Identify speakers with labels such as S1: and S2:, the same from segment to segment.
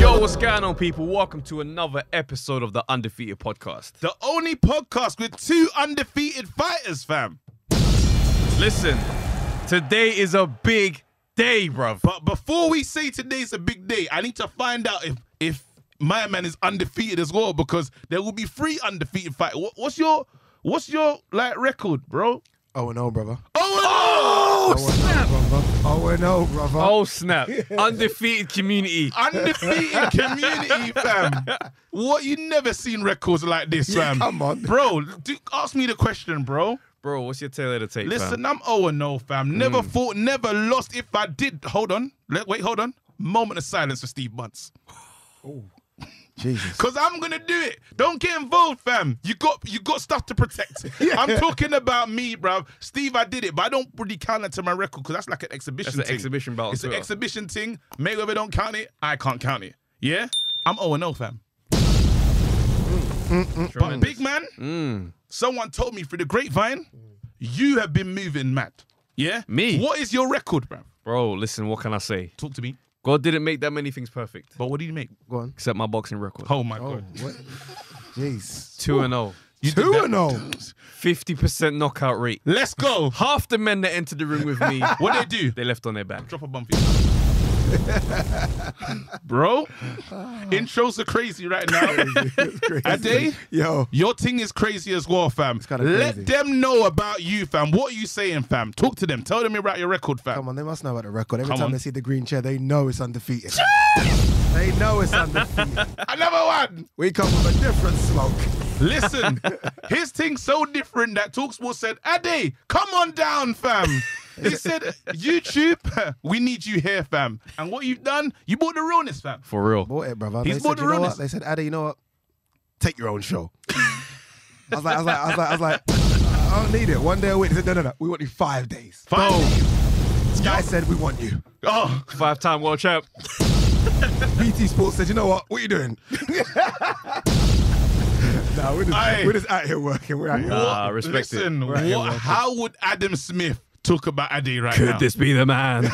S1: What's going on, people? Welcome to another episode of the Undefeated Podcast.
S2: The only podcast with two undefeated fighters, fam.
S1: Listen, today is a big day, bruv.
S2: But before we say today's a big day, I need to find out if if my man is undefeated as well because there will be three undefeated fighters. What, what's your what's your like record, bro?
S3: Oh no, brother.
S2: Oh,
S3: Oh no, brother. Oh no, brother.
S1: Oh, snap. Undefeated community.
S2: undefeated community, fam. What you never seen records like this,
S3: Yeah,
S2: fam?
S3: come on.
S2: bro. Do, ask me the question, bro.
S1: Bro, what's your tail of the tape,
S2: Listen,
S1: fam? Mm.
S2: I'm 0 0, fam. Never fought, never lost. If I did, hold on. Let, wait, hold on. Moment of silence for Steve Bunce.
S3: Jesus.
S2: Cause I'm gonna do it. Don't get involved, fam. You got you got stuff to protect. I'm talking about me, bruv. Steve, I did it, but I don't really count that to my record because that's like an exhibition.
S1: That's an
S2: thing.
S1: exhibition battle
S2: It's
S1: as
S2: an
S1: well.
S2: exhibition thing. Mayweather don't count it. I can't count it. Yeah, I'm 0 0, fam. But
S1: Mm. Tremendous. Mm.
S2: big man, someone told me through the grapevine, you have been moving mad. Yeah,
S1: Me?
S2: What is your record, bruv?
S1: Bro, listen, what can I say?
S2: Talk to me.
S1: God didn't make that many things perfect,
S2: But what did you make?
S3: Go on.
S1: except my boxing record.
S2: Oh my
S3: Oh,
S2: god,
S3: what? Jeez.
S1: 2 and 0.
S2: you did
S3: Two
S2: that.
S3: and oh.
S1: 50% knockout rate.
S2: Let's go.
S1: Half the men that entered the ring with me,
S2: What they do?
S1: they left on their back.
S2: Drop a bump for you. Bro, intros are crazy right now. Ade,
S3: Yo.
S2: your thing is crazy as well, fam.
S3: kinda
S2: Let
S3: crazy.
S2: them know about you, fam. What are you saying, fam? Talk to them. Tell them about your record, fam.
S3: Come on, they must know about the record. Every
S2: Come
S3: time
S2: on.
S3: they see the green chair, they know it's undefeated. they know it's undefeated.
S2: Another one.
S3: we come with a different smoke.
S2: Listen, his thing's so different that Talksport said, Ade, come on down, fam. They said, YouTube, we need you here, fam. And what you've done, you bought the realness, fam.
S1: For real.
S3: Bought it, brother.
S2: He's
S3: they
S2: bought
S3: said,
S2: the
S3: you know
S2: realness.
S3: what? They said, Addy, you know what? Take your own show. I was like, I was like, I was like, I was like, I don't need it. One day a week. They said, no, no, no. We want you five days.
S2: Five
S3: This guy said, we want you.
S2: Oh,
S1: Five time world champ.
S3: BT Sports said, you know what? What are you doing? nah, we're just,
S2: Aye.
S3: we're just out here working. We're out here.
S1: Nah. Ah, respect it.
S2: Listen,
S3: Right, yeah,
S2: what,
S3: welcome.
S2: how would Adam Smith talk about Ade right now?
S1: be the man?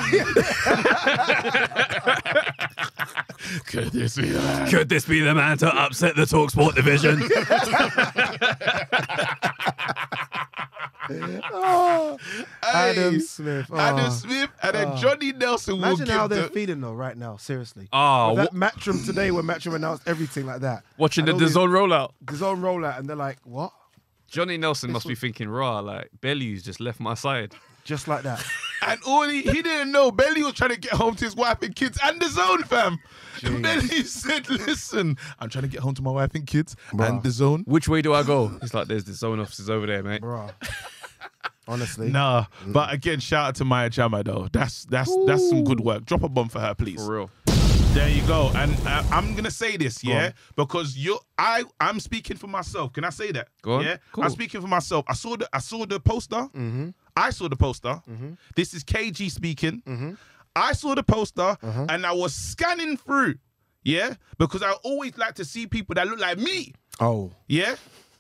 S2: Could this be that?
S1: Could this be the man to upset the Talk Sport division?
S3: Oh, Adam
S2: Hey,
S3: Smith. Oh.
S2: Adam Smith and then Johnny Nelson will
S3: Imagine
S2: give
S3: how they're
S2: the...
S3: feeling though right now. Seriously.
S1: Ah,
S3: With that
S1: wa-
S3: Matchroom today, where Matchroom announced everything like that.
S1: watching the
S3: And all these-
S1: Dizon rollout.
S3: Dizon rollout, and they're like, what?
S1: Johnny Nelson must be thinking, raw, like, Bellews just left my side.
S3: Just like that.
S2: And all he, he didn't know, Belly was trying to get home to his wife and kids and his own fam. Belly said, listen, I'm trying to get home to my wife and kids and the zone.
S1: Which way do I go? It's like, there's the zone officers over there, mate.
S3: Bruh. Honestly.
S2: Nah, but again, shout out to Maya Jama though. That's that's that's some good work. Drop a bomb for her, please.
S1: For real.
S2: There you go. And uh, I'm gonna say this, yeah, because you, I, I'm speaking for myself. Can I say that?
S1: Go on.
S2: Yeah,
S1: Cool.
S2: I'm speaking for myself. I saw the, I saw the poster. Mm-hmm. I saw the poster.
S1: Mm-hmm.
S2: This is KG speaking. I saw the poster,
S1: Uh-huh.
S2: and I was scanning through, yeah, because I always like to see people that look like me.
S3: Oh.
S2: Yeah.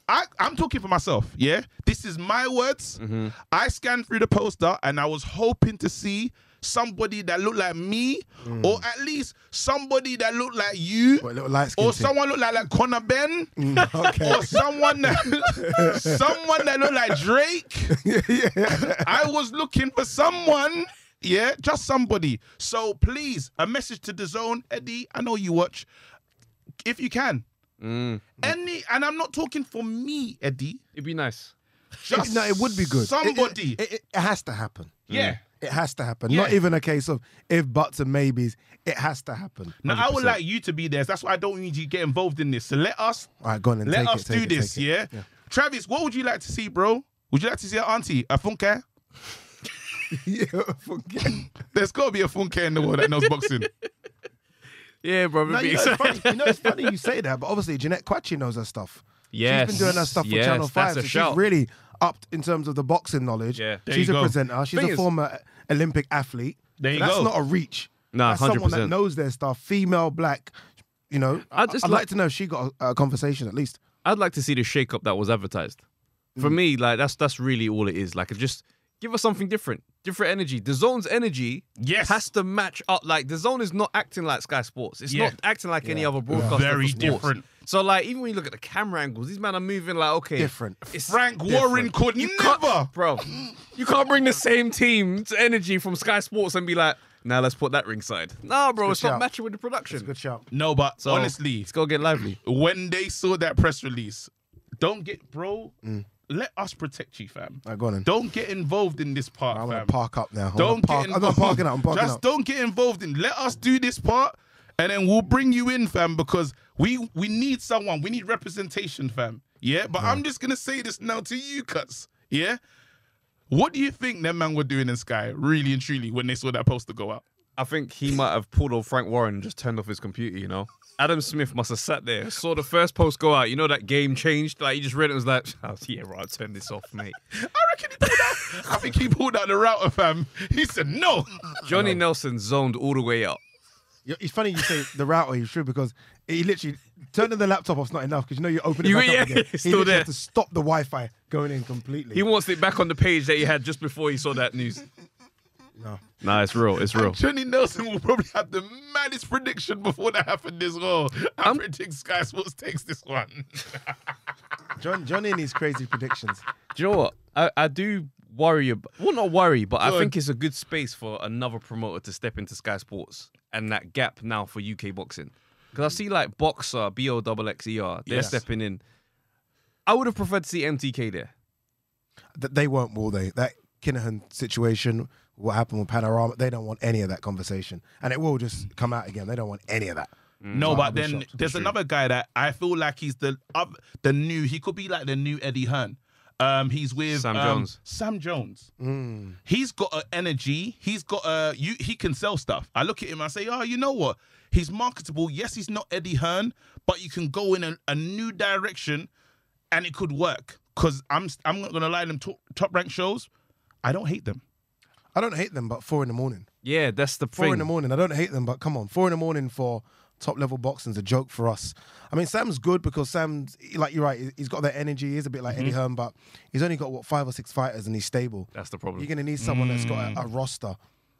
S2: I, I'm talking for myself. Yeah. This is my words.
S3: Mm-hmm.
S2: I scanned through the poster and I was hoping to see somebody that looked like me or at least somebody that looked like you
S3: Mm. What, a little light skin. Mm.
S2: or someone looked like, like Connor Ben
S3: Okay.
S2: or someone that, someone that looked like Drake. I was looking for someone. Yeah, just somebody. So please, a message to the zone, Eddie. I know you watch. If you can. Mm. Any and I'm not talking for me, Eddie.
S1: It'd be nice.
S2: Just
S3: no, it would be good. It- it-
S2: Somebody.
S3: It, it- it has to happen. Mm.
S2: yeah.
S3: It has to happen. Not
S2: Yeah.
S3: even a case of if buts and maybes. It has to happen.
S2: Now I would
S3: 100%.
S2: like you to be there. so That's why I don't need you to get involved in this. So let us
S3: All right, go on and
S2: let
S3: take
S2: us
S3: it,
S2: do
S3: take it,
S2: this,
S3: take it.
S2: yeah? Travis, what would you like to see, bro? Would you like to see an auntie? A funke?
S3: yeah, forget.
S2: There's gotta be a funke in the world that knows boxing.
S1: Yeah, bro. it'd
S3: No,
S1: be
S3: you, know, it's
S1: exciting.
S3: funny, you know, it's funny you say that, but obviously Jeanette Quachi knows her stuff.
S1: Yes.
S3: She's been doing her stuff for
S1: Yes,
S3: Channel 5.
S1: that's a
S3: so
S1: shout.
S3: she's really upped in terms of the boxing knowledge.
S1: Yeah. There
S3: She's
S2: you
S3: a
S2: go.
S3: presenter. She's
S1: Thing
S3: a
S1: is-
S3: former Olympic athlete.
S2: There you
S3: That's
S2: go.
S3: not a reach.
S1: Nah,
S3: That's someone that
S1: 100%.
S3: knows their stuff, female, black, you know.
S1: I
S3: I
S1: just
S3: would like,
S1: like-
S3: to know if she got a, a conversation at least. Mm.
S1: I'd like to see the shake-up that was advertised. For me, like that's that's really all it is. Like it just Give us something different, different energy. The zone's energy
S2: Yes.
S1: has to match up. Like the zone is not acting like Sky Sports. It's
S2: Yeah.
S1: not acting like any other broadcaster.
S2: Very
S1: for sports.
S2: different.
S1: So like even when you look at the camera angles, these men are moving like okay,
S3: Different.
S1: It's
S2: Frank Warren could never.
S1: bro. You can't bring the same team to energy from Sky Sports and be like, now let's put that ringside. Nah, bro, it's,
S3: shout.
S1: not matching with the production.
S3: Good shout.
S2: No, but
S1: So,
S2: honestly,
S1: let's go get lively.
S2: when they saw that press release, don't get, bro. Let us protect you, fam.
S3: Mm. All right, go on then.
S2: Don't get involved in this part,
S3: I'm
S2: fam.
S3: gonna park up now. I'm gonna
S2: Don't
S3: park.
S2: get
S3: I'm
S2: involved.
S3: not parking up. I'm parking
S2: Just
S3: up.
S2: don't get involved in. Let us do this part, and then we'll bring you in, fam. Because we we need someone. We need representation, fam. Yeah. But I'm just gonna say this now to you, cuts. Yeah. What do you think them man were doing in Sky, really and truly, when they saw that poster go out?
S1: I think he might have pulled on Frank Warren and just turned off his computer, you know? Adam Smith must have sat there, saw the first post go out. You know that game changed? Like, he just read it and was like, oh, yeah, right, I'll turn this off, mate.
S2: I reckon he pulled out. I think he pulled out the router, fam. He said no.
S1: Johnny Nelson zoned all the way out.
S3: You- It's funny you say the router is true because he literally turning the laptop off's not enough because you know you open it
S1: You-
S3: back
S1: yeah,
S3: up again.
S1: it's
S3: He
S1: still
S3: literally
S1: there.
S3: has to stop the Wi-Fi going in completely.
S1: He wants it back on the page that he had just before he saw that news.
S3: No.
S1: Nah, it's real. It's real.
S2: Johnny Nelson will probably have the maddest prediction before that happened as well. I predict Sky Sports takes this one.
S3: John Johnny and his crazy predictions.
S1: Do you know what? I, I do worry about, well, not worry, but I
S2: Go on.
S1: think it's a good space for another promoter to step into Sky Sports and that gap now for UK boxing. Because I see like Boxer, B O X X E R, they're
S2: Yes.
S1: stepping in. I would have preferred to see MTK there.
S3: Th- They weren't, will they? That Kinahan situation, what happened with Panorama, they don't want any of that conversation. And it will just come out again. They don't want any of that.
S1: Mm,
S2: No, but
S3: I'll be
S2: then
S3: shocked.
S2: there's another guy that I feel like he's the up, the new. He could be like the new Eddie Hearn. Um, he's with
S1: Sam
S2: um,
S1: Jones.
S2: Sam Jones.
S3: Mm.
S2: He's got an energy. He's got a you. He can sell stuff. I look at him. I say, oh, you know what? He's marketable. Yes, he's not Eddie Hearn, but you can go in a, a new direction, and it could work. Cause I'm I'm not gonna lie. Them top top ranked shows, I don't hate them.
S3: I don't hate them, but four in the morning.
S1: Yeah, that's the
S3: Four
S1: thing.
S3: in the morning. I don't hate them, but come on, four in the morning for top level boxing's a joke for us. I mean, Sam's good because Sam's like you're right. he- He's got that energy. He's a bit like Eddie Hearn, but he's only got what five or six fighters and he's stable.
S1: Mm-hmm. That's the problem. Mm.
S3: You're going to need someone that's got a, a roster.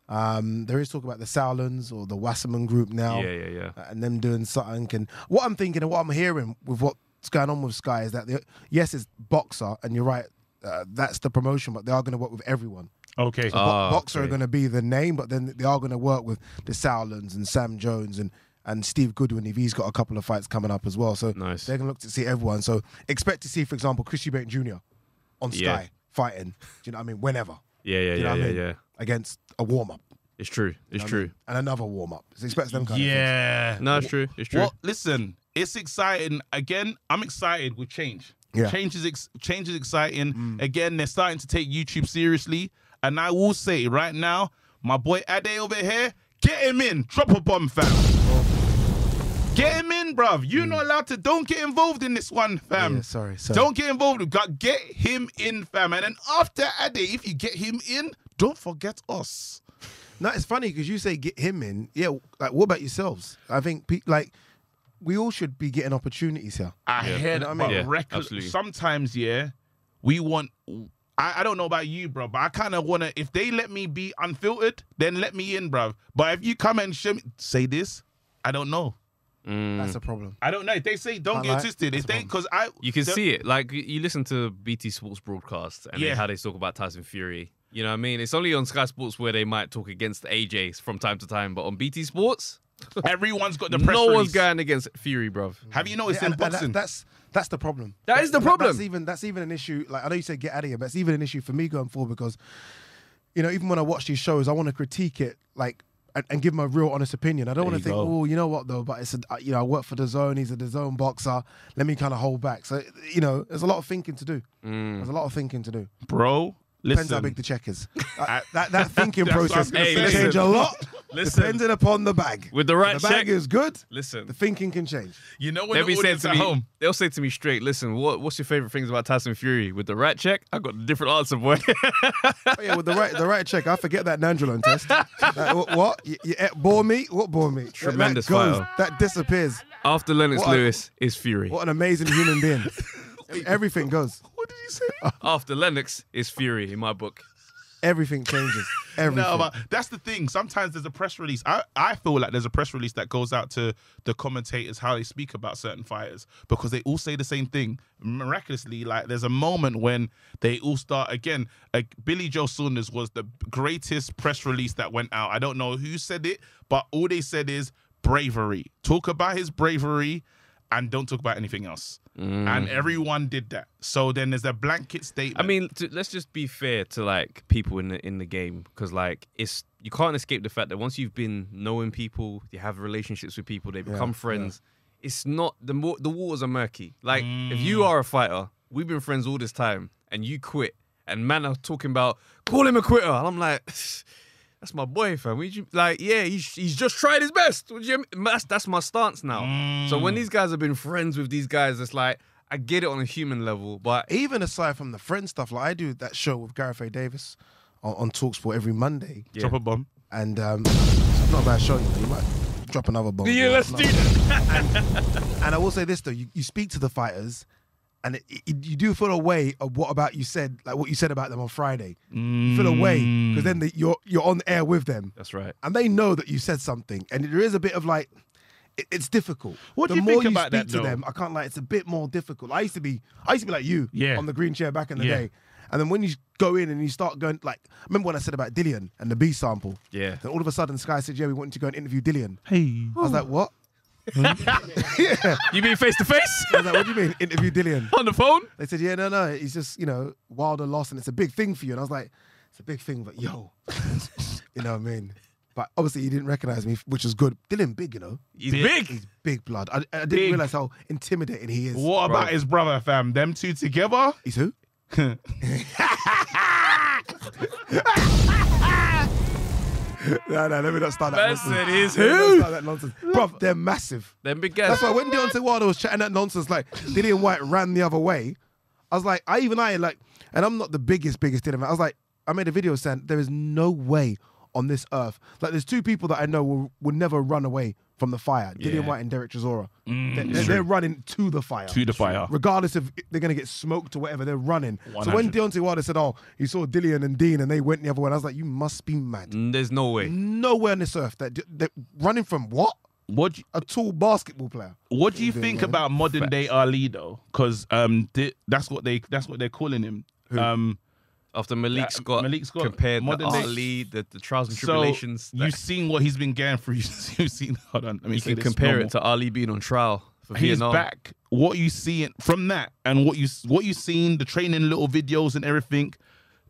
S3: Um, there is talk about the Sowlands or the Wasserman Group now.
S1: Yeah, yeah, yeah.
S3: uh, And them doing something. And what I'm thinking and what I'm hearing with what's going on with Sky is that the, yes, it's boxer, and you're right. Uh, that's the promotion, but they are going to work with everyone.
S2: Okay.
S3: Bo-
S1: Ah,
S3: Boxer
S1: okay.
S3: are going to be the name, but then they are going to work with the Sowlands and Sam Jones and and Steve Goodwin if he's got a couple of fights coming up as well. So
S1: Nice.
S3: they're going to look to see everyone. So expect to see, for example, Chris Eubank Jr. on Sky
S1: Yeah.
S3: fighting. Do you know what I mean? Whenever.
S1: Yeah, yeah,
S3: Do you know
S1: yeah,
S3: what
S1: yeah,
S3: I mean?
S1: yeah.
S3: Against a warm up.
S1: It's true. It's true.
S3: And another warm up. So expect them kind of
S2: yeah.
S1: No, it's true. It's true.
S2: Well, listen, it's exciting. Again, I'm excited with change.
S3: Yeah. Mm.
S2: Change is ex- change is exciting. Again, they're starting to take YouTube seriously, and I will say right now, my boy Ade over here, get him in, drop a bomb, fam.
S3: Oh.
S2: Get him in, bruv. You're not allowed to. Don't get involved in this one, fam.
S3: Mm. Yeah, sorry, sorry.
S2: Don't get involved. We've got get him in, fam. And then after Ade, if you get him in, don't forget us.
S3: things. No, it's funny because you say get him in. Yeah, like what about yourselves? I think pe- like we all should be getting opportunities here.
S2: I
S1: Yeah.
S2: hear
S3: You
S2: that,
S3: know what I
S2: but
S1: mean? Yeah,
S2: reckless-
S1: absolutely.
S2: sometimes, yeah, we want. I, I don't know about you, bro, but I kind of want to. If they let me be unfiltered, then let me in, bro. But if you come and show me, say this, I don't know.
S1: Mm.
S3: That's a problem.
S2: I don't know. If they say don't
S3: Can't
S2: get
S3: lie.
S2: twisted, if they because I
S1: you can
S2: the-
S1: see it. Like, you- you listen to BT Sports broadcast and they-
S2: Yeah.
S1: how they talk about Tyson Fury. You know what I mean? It's only on Sky Sports where they might talk against AJ from time to time, but on BT Sports,
S2: everyone's got the press
S1: no one's
S2: release. Mm.
S1: going against Fury, bruv.
S2: Have you noticed
S3: Yeah,
S2: in
S3: and- and that-
S2: boxing?
S3: that's that's the problem.
S1: That is the problem.
S3: That's even that's even an issue. Like I know you said get out of here, but it's even an issue for me going forward because, you know, even when I watch these shows, I want to critique it like and, and give my real honest opinion. I don't want to think, oh, you know what though, but it's a, you know I work for the zone. He's a the zone boxer. Let me kind of hold back. So you know, there's a lot of thinking to do.
S1: Mm.
S3: There's a lot of thinking to do.
S2: bro,
S3: Depends
S2: listen.
S3: how big the check is. that, that, that thinking
S2: That's what I was
S3: process
S2: gonna
S1: Hey,
S3: can
S1: listen.
S3: change a lot.
S1: Listen.
S3: Depending upon the bag.
S1: With the right
S3: the bag
S1: check-
S3: is good.
S1: Listen,
S3: The thinking can change.
S2: you know when
S1: they'll be
S2: the
S1: saying
S2: audience
S1: to
S2: at
S1: me,
S2: home.
S1: they'll say to me straight, listen, what, what's your favorite things about Tyson Fury? With the rat check, I got a different answer, boy.
S3: Oh, yeah, with the right the right check, I forget that nandrolone test. Like, wh- what? You, you ate bore meat? What bore meat?
S1: Tremendous
S3: That goes.
S1: fire.
S3: That disappears.
S1: After Lennox
S3: What a-
S1: Lewis is Fury.
S3: What an amazing human being. Everything goes.
S2: What did you say?
S1: After Lennox is Fury in my book.
S3: everything changes. Everything.
S2: No, but that's the thing. Sometimes there's a press release. I, I feel like there's a press release that goes out to the commentators how they speak about certain fighters because they all say the same thing. Miraculously, like there's a moment when they all start again. Like Billy Joe Saunders was the greatest press release that went out. I don't know who said it, but all they said is bravery. Talk about his bravery and don't talk about anything else. And everyone did that. So then there's a blanket statement.
S1: Mm. I mean, to, let's just be fair to like people in the in the game because like it's you can't escape the fact that once you've been knowing people, you have relationships with people, they become friends. It's not the more the waters are murky. Like if you are a fighter, we've been friends all this time, and you quit, and man are talking about call him a quitter, and I'm like. That's my boy, fam. We ju- like, yeah, he's, he's just tried his best. What do you mean? That's that's my stance now. So when these guys have been friends with these guys, it's like I get it on a human level, but
S3: Even aside from the friend stuff, like I do that show with Gareth A. Davis on, on Talksport every Monday,
S1: Yeah.
S2: Chopper bomb.
S3: and um, it's not a bad show. You, know, you might drop another bomb.
S1: yeah, let's
S3: No.
S1: do that.
S3: And I will say this though, you, you speak to the fighters, and it, it- you do feel a way of what about you said, like what you said about them on Friday. You feel a way because
S2: Mm.
S3: then the, you're you're on air with them,
S1: That's right.
S3: and they know that you said something, and there is a bit of like. it- It's difficult.
S2: What
S3: the
S2: do you
S3: more
S2: think
S3: you
S2: about
S3: speak
S2: that,
S3: to
S2: though?
S3: them, I can't lie. It's a bit more difficult. I used to be, I used to be like you,
S2: Yeah.
S3: on the green chair back in the
S2: Yeah.
S3: day. And then when you go in and you start going, like, remember when I said about Dillian and the B sample?
S1: Yeah.
S3: Then all of a sudden, Sky said, "Yeah, we want you to go and interview Dillian."
S2: Hey.
S3: I was like, "What?"
S1: You mean face to face
S3: I was like, "What do you mean interview Dillian?"
S1: on the phone?
S3: They said, yeah, no, no, it's just, you know, Wilder lost and it's a big thing for you. And I was like, it's a big thing, but yo, you know what I mean? But obviously, he didn't recognize me, which was good. Dylan, big, you know,
S1: He's big.
S3: he's big blood. I, I didn't
S1: Big.
S3: realize how intimidating he is.
S2: What about his brother, fam? Them two together?
S3: He's who? no, no, let me not start that
S1: Man
S3: nonsense.
S1: said he's
S3: Let me not
S1: who?
S3: start that nonsense. Bruv, they're massive.
S1: Them big guys.
S3: That's why when Deontay Wilder was chatting that nonsense, like Dillian White ran the other way, I was like, I even I like, and I'm not the biggest, biggest Dillian. fan. I was like, I made a video saying there is no way on this earth. Like, there's two people that I know will, will never run away from the fire: Dillian White and Derek Chisora. they're, they're- they're running to the fire.
S2: Mm, To the fire.
S3: Regardless if they're gonna get smoked or whatever, they're running. So when Deontay Wilder said, "Oh, he saw Dillian and Dean and they went the other way," I was like, "You must be mad."
S1: Mm, There's no way.
S3: Nowhere on this earth that, that running from what?
S2: What do
S3: A tall basketball player.
S2: What do you think about modern day Ali though? Because um, di- that's what they that's what they're calling him. Um,
S1: After Malik
S2: Uh,
S1: Scott,
S2: Malik Scott,
S1: compared to
S2: modern day-
S1: Ali, the, the trials and
S2: so
S1: tribulations.
S2: you've
S1: that-
S2: seen what he's been going through. You've seen. Hold on, let me
S1: you
S2: say
S1: can
S2: this
S1: compare
S2: normal.
S1: it to Ali being on trial for
S2: He's
S1: Vietnam.
S2: back. What you seeing from that, and what you what you seen the training little videos and everything.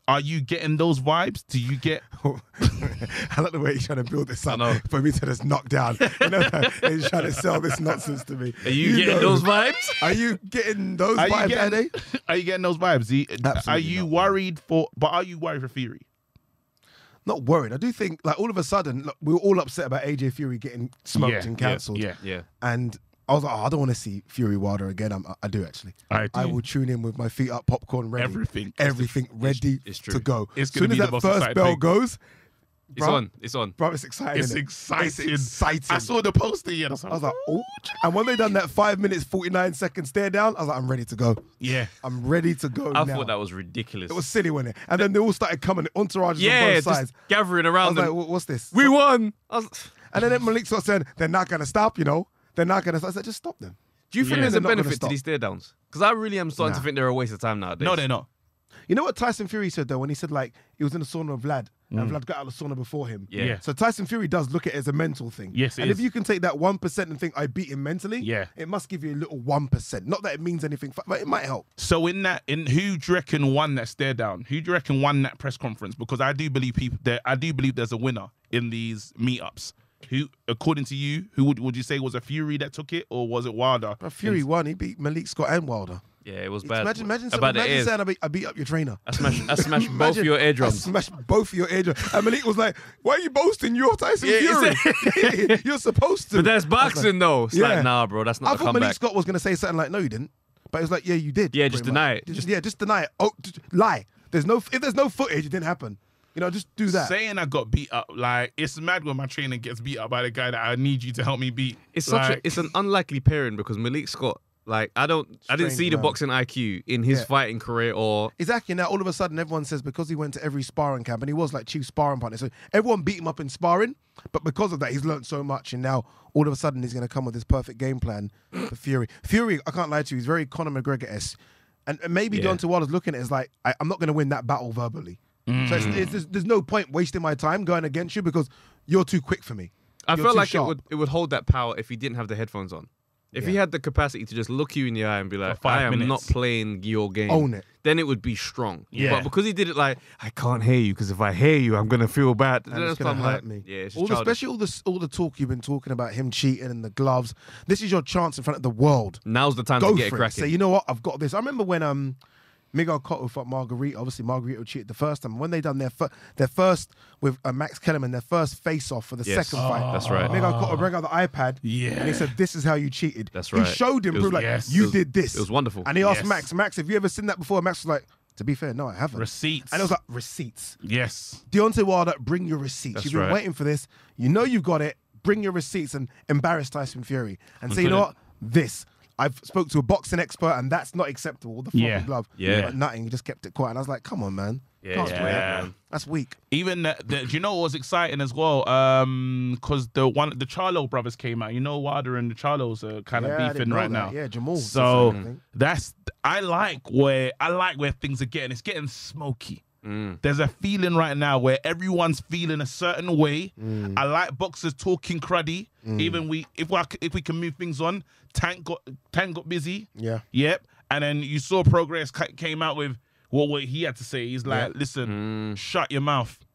S2: Are you getting those vibes? Do you get?
S3: I like the way he's trying to build this up
S1: know.
S3: for me to just knock down. You know, he's trying to sell this nonsense to me.
S1: Are you, getting
S3: know-
S1: those vibes?
S3: Are you getting those
S2: Are
S3: vibes,
S2: you
S3: Ade?
S2: getting? Are you getting those vibes? Do you- Are
S3: Absolutely
S2: you
S3: not.
S2: worried for? But are you worried for Fury?
S3: Not worried. I do think, like, all of a sudden, look, we were all upset about AJ Fury getting smoked and cancelled.
S2: Yeah,
S1: Yeah.
S3: And I was like, oh, I don't want to see Fury Wilder again. I'm, I do, actually.
S2: I do.
S3: will tune in with my feet up, popcorn ready.
S2: Everything.
S3: Everything ready
S1: it's true.
S3: to go.
S2: It's
S3: as
S2: gonna be
S3: soon as
S2: the
S3: that
S2: most
S3: first
S2: exciting
S3: bell
S2: thing.
S3: goes,
S1: It's
S3: bruh,
S1: on. It's on.
S3: Bro, it's exciting.
S2: It's
S3: innit?
S2: exciting.
S3: It's exciting.
S2: I saw the poster. Yeah, that's
S3: I was like, oh. And when they done that five minutes, 49 second stare down, I was like, I'm ready to go.
S2: yeah.
S3: I'm ready to go.
S1: I
S3: now.
S1: thought that was ridiculous.
S3: It was silly, wasn't it? And then they all started coming, entourages on
S1: yeah,
S3: both
S1: just
S3: sides.
S1: gathering
S3: I
S1: around
S3: was
S1: them.
S3: like, "Wha- what's this?
S1: we won. I was,
S3: and then Malik starts saying, they're not going to stop, you know? They're not going to stop. I said, just stop them.
S1: do you think
S2: Yeah.
S1: there's
S3: They're
S1: a
S3: not gonna
S1: benefit to
S3: stop.
S1: these stare downs? Because I really am starting to
S3: Nah.
S1: think they're a waste of time nowadays.
S2: No, they're not.
S3: You know what Tyson Fury said, though, when he said, like, he was in the sauna with Vlad, and Vlad got out of the sauna before him.
S1: Yeah.
S2: Yeah.
S3: So Tyson Fury does look at it as a mental thing.
S2: Yes, it
S3: And
S2: is.
S3: if you can take that 1% and think, I beat him mentally,
S2: Yeah.
S3: it must give you a little 1%. Not that it means anything, but it might help.
S2: So in that, in who do you reckon won that stare down? Who do you reckon won that press conference? Because I do believe people, there, I do believe there's a winner in these meetups. Who, according to you, who would, would you say was a Fury that took it, or was it Wilder?
S3: But Fury won. He beat Malik Scott and Wilder.
S1: Yeah, it was
S3: It's-
S1: bad.
S3: Imagine, imagine, some-
S1: About the
S3: imagine
S1: ears.
S3: saying I beat, I beat up your trainer.
S1: I smashed, I smashed both
S3: Imagine
S1: your
S3: I
S1: eardrums.
S3: smashed both of your eardrums. And Malik was like, "Why are you boasting? You're Tyson
S1: Yeah,
S3: Fury. You're supposed to."
S1: But that's boxing, though. It's
S3: Yeah.
S1: like, nah, bro, that's
S3: I
S1: not the
S3: thought Malik
S1: comeback.
S3: Scott was gonna say something like, "No, you didn't," but it was like, "Yeah, you did."
S1: Yeah, just
S3: pretty
S1: deny it.
S3: Just,
S1: Just-
S3: yeah, just deny it. Oh, just lie. There's no if there's no footage, it didn't happen. You know, just do that.
S2: Saying I got beat up, like it's mad when my trainer gets beat up by the guy that I need you to help me beat.
S1: It's such
S2: Like,
S1: a, it's an unlikely pairing because Malik Scott Like I don't, I didn't
S3: Strange
S1: see the
S3: man.
S1: boxing IQ in his
S3: Yeah.
S1: fighting career or
S3: Exactly. Now all of a sudden, everyone says because he went to every sparring camp and he was like chief sparring partner, so everyone beat him up in sparring. But because of that, he's learned so much, and now all of a sudden he's going to come with this perfect game plan for Fury. Fury, I can't lie to you, he's very Conor McGregor esque, and, and maybe
S1: Yeah.
S3: John Wilder's looking at it as like I, I'm not going to win that battle verbally. So
S1: Mm.
S3: it's, it's, there's, there's no point wasting my time going against you because you're too quick for me.
S1: I
S3: You're
S1: felt
S3: too
S1: like
S3: sharp.
S1: it would it would hold that power if he didn't have the headphones on. If he had the capacity to just look you in the eye and be like,
S2: five
S1: "I am
S2: minutes.
S1: not playing your game,"
S3: Own it.
S1: then it would be strong.
S2: Yeah.
S1: But because he did it like, "I can't hear you," because if I hear you, I'm gonna feel bad.
S3: and
S1: Then that's
S3: it's gonna
S1: why I'm
S3: hurt
S1: like,
S3: me.
S1: Yeah, it's just
S3: all the,
S1: childish.
S3: especially all this, all the talk you've been talking about him cheating and the gloves. This is your chance in front of the world.
S1: Now's the time
S3: Go
S1: to get
S3: for
S1: it
S3: it. Say,
S1: cracking.
S3: you know what? I've got this. I remember when um, Miguel Cotto fought Margarito. Obviously, Margarito cheated the first time. When they done their fir- their first with uh, Max Kellerman, their first face off for the
S1: Yes. Oh,
S3: second fight.
S1: That's right.
S3: Miguel Cotto bring out the iPad.
S2: Yeah.
S3: And he said, "This is how you cheated."
S1: That's
S3: He
S1: right.
S3: showed him,
S1: It was-
S3: proved like
S2: Yes. it
S3: you
S2: was-
S3: did this.
S1: it was wonderful.
S3: And he asked
S2: Yes.
S3: Max, Max, have you ever seen that before? Max was like, "To be fair, no, I haven't."
S2: Receipts.
S3: And it was like receipts.
S2: yes.
S3: Deontay Wilder, bring your receipts.
S1: That's
S3: You've been
S1: right.
S3: waiting for this. You know you got it. Bring your receipts and embarrass Tyson Fury and say, you know what? This. I've spoke to a boxing expert and that's not acceptable. The fucking
S2: Yeah.
S3: glove.
S1: Yeah.
S3: But nothing. You just kept it quiet. And I was like, come on, man.
S1: Yeah,
S3: Can't do
S1: yeah.
S3: that, man. That's weak.
S2: Even the, the, do you know what was exciting as well? Um, because the one the Charlo brothers came out. You know, Wilder and the Charlos are kind
S3: Yeah, I
S2: of
S3: didn't
S2: beefing
S3: know
S2: right
S3: that.
S2: now.
S3: Yeah, Jamal was
S2: So
S3: saying, I think.
S2: that's I like where I like where things are getting. It's getting smoky.
S1: Mm.
S2: There's a feeling right now where everyone's feeling a certain way.
S3: Mm.
S2: I like boxers talking cruddy. Even we, if we if we can move things on, Tank got Tank got busy.
S3: Yeah.
S2: Yep. And then you saw Progress ca- came out with what, what he had to say. He's like, listen, shut your mouth.
S1: Hmm.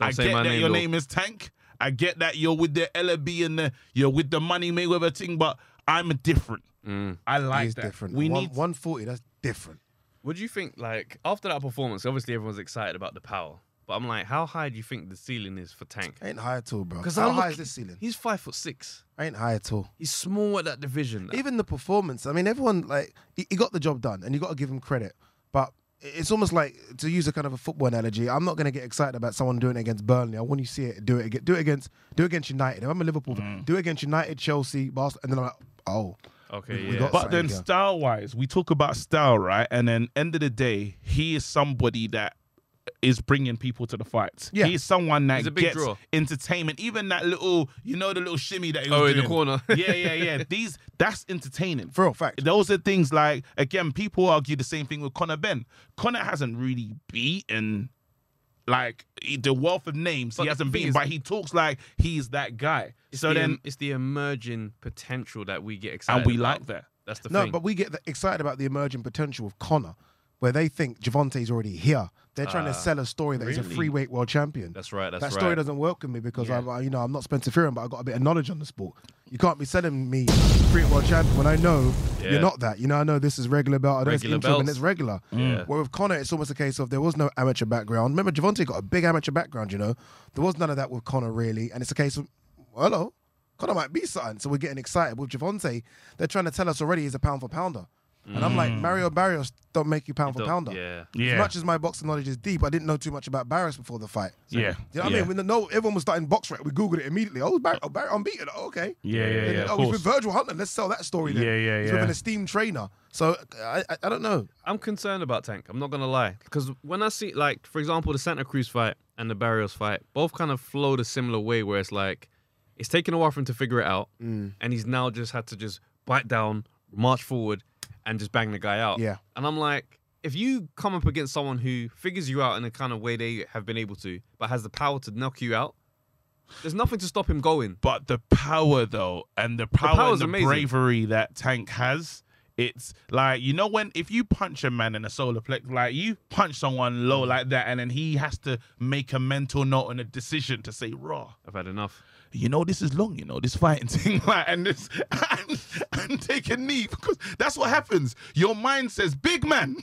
S1: Don't
S2: I
S1: say
S2: get
S1: my
S2: that
S1: name,
S2: your
S1: though.
S2: name is Tank. I get that you're with the LB and the, you're with the Money Mayweather thing, but I'm different.
S1: Hmm.
S2: I like
S3: He's
S2: that.
S3: different.
S2: We
S3: One-
S2: need
S3: 140, that's different.
S1: What do you think? Like after that performance, obviously everyone's excited about the power, but I'm like, how high do you think the ceiling is for Tank?
S3: Ain't high at all, bro.
S1: Because
S3: How
S1: I'm
S3: high
S1: look-
S3: is this ceiling?
S1: He's five foot six.
S3: Ain't high at all.
S1: He's small at that division.
S3: even the performance. I mean, everyone like he, he got the job done, and you got to give him credit. But it's almost like to use a kind of a football analogy. I'm not going to get excited about someone doing it against Burnley. I want you to see it. Do it. ag- Do it against. Do it against United. If I'm a Liverpool,
S1: Mm.
S3: fan, do it against United, Chelsea, Barcelona, and then I'm like, oh,
S1: okay,
S3: we
S1: yeah.
S3: got-
S2: But then
S3: Sorry, yeah.
S2: style wise, we talk about style, right? And then end of the day, he is somebody that is bringing people to the fights.
S3: Yeah.
S2: He is someone that
S1: He's a big
S2: gets
S1: draw.
S2: entertainment. Even that little, you know, the little shimmy that he was
S1: oh, in the
S2: doing.
S1: corner.
S2: yeah, yeah, yeah. These that's entertaining.
S3: for real fact.
S2: Those are things like again, people argue the same thing with Conor Ben. Conor hasn't really beaten like he- the wealth of names
S1: But
S2: he
S1: the
S2: hasn't
S1: thing
S2: beaten,
S1: is-
S2: but he talks like he's that guy.
S1: It's
S2: So
S1: the,
S2: then,
S1: it's the emerging potential that we get excited
S2: and we
S1: about.
S2: like that.
S1: That's the
S3: No,
S1: thing.
S3: but we get excited about the emerging potential of Connor, where they think Javante's already here. They're trying
S1: Ah,
S3: to sell a story that he's a
S1: really?
S3: free weight world champion.
S1: that's right. That's
S3: that
S1: right.
S3: story doesn't work with me because
S2: Yeah.
S3: I'm, I- you know, I'm not Spencer Fearon, but I got a bit of knowledge on the sport. You can't be selling me free world champion when I know
S1: Yeah.
S3: you're not that. You know, I know this is regular belt, I know
S1: Regular
S3: it's interim and
S1: belts.
S3: it's regular.
S1: Yeah.
S3: Where with Connor, it's almost a case of there was no amateur background. Remember, Javante got a big amateur background. You know, there was none of that with Connor really, and it's a case of hello, Connor might be something. So we're getting excited with Javante. They're trying to tell us already he's a pound for pounder, and I'm like Mario Barrios don't make you pound for
S1: Don't-
S3: pounder.
S1: Yeah.
S2: Mm. Yeah.
S3: As much as my boxing knowledge is deep, I didn't know too much about Barrios before the fight.
S2: yeah.
S3: You know what
S2: yeah.
S3: I mean? When the, no, everyone was starting box rec, we googled it immediately. Oh, Barry, oh, Barry unbeaten. Oh, okay.
S2: Yeah, yeah,
S3: Then,
S2: yeah. of
S3: oh, he's
S2: course.
S3: with Virgil Hunter. Let's sell that story then.
S2: Yeah, yeah,
S3: He's with
S2: yeah.
S3: an esteemed trainer. So I, I, I don't know.
S1: I'm concerned about Tank. I'm not gonna lie, because when I see, like, for example, the Santa Cruz fight and the Barrios fight, both kind of flowed a similar way, where it's like, it's taken a while for him to figure it out,
S3: Mm.
S1: and he's now just had to just bite down, march forward, and just bang the guy out.
S3: Yeah.
S1: And I'm like, if you come up against someone who figures you out in the kind of way they have been able to, but has the power to knock you out, there's nothing to stop him going.
S2: But the power though, and the power
S1: power's
S2: and the
S1: amazing.
S2: bravery that Tank has, it's like you know when if you punch a man in a solar plex, like you punch someone low like that, and then he has to make a mental note and a decision to say raw.
S1: I've had enough.
S2: You know this is long. You know this fighting thing, like and this and, and take a knee because that's what happens. Your mind says, "Big man,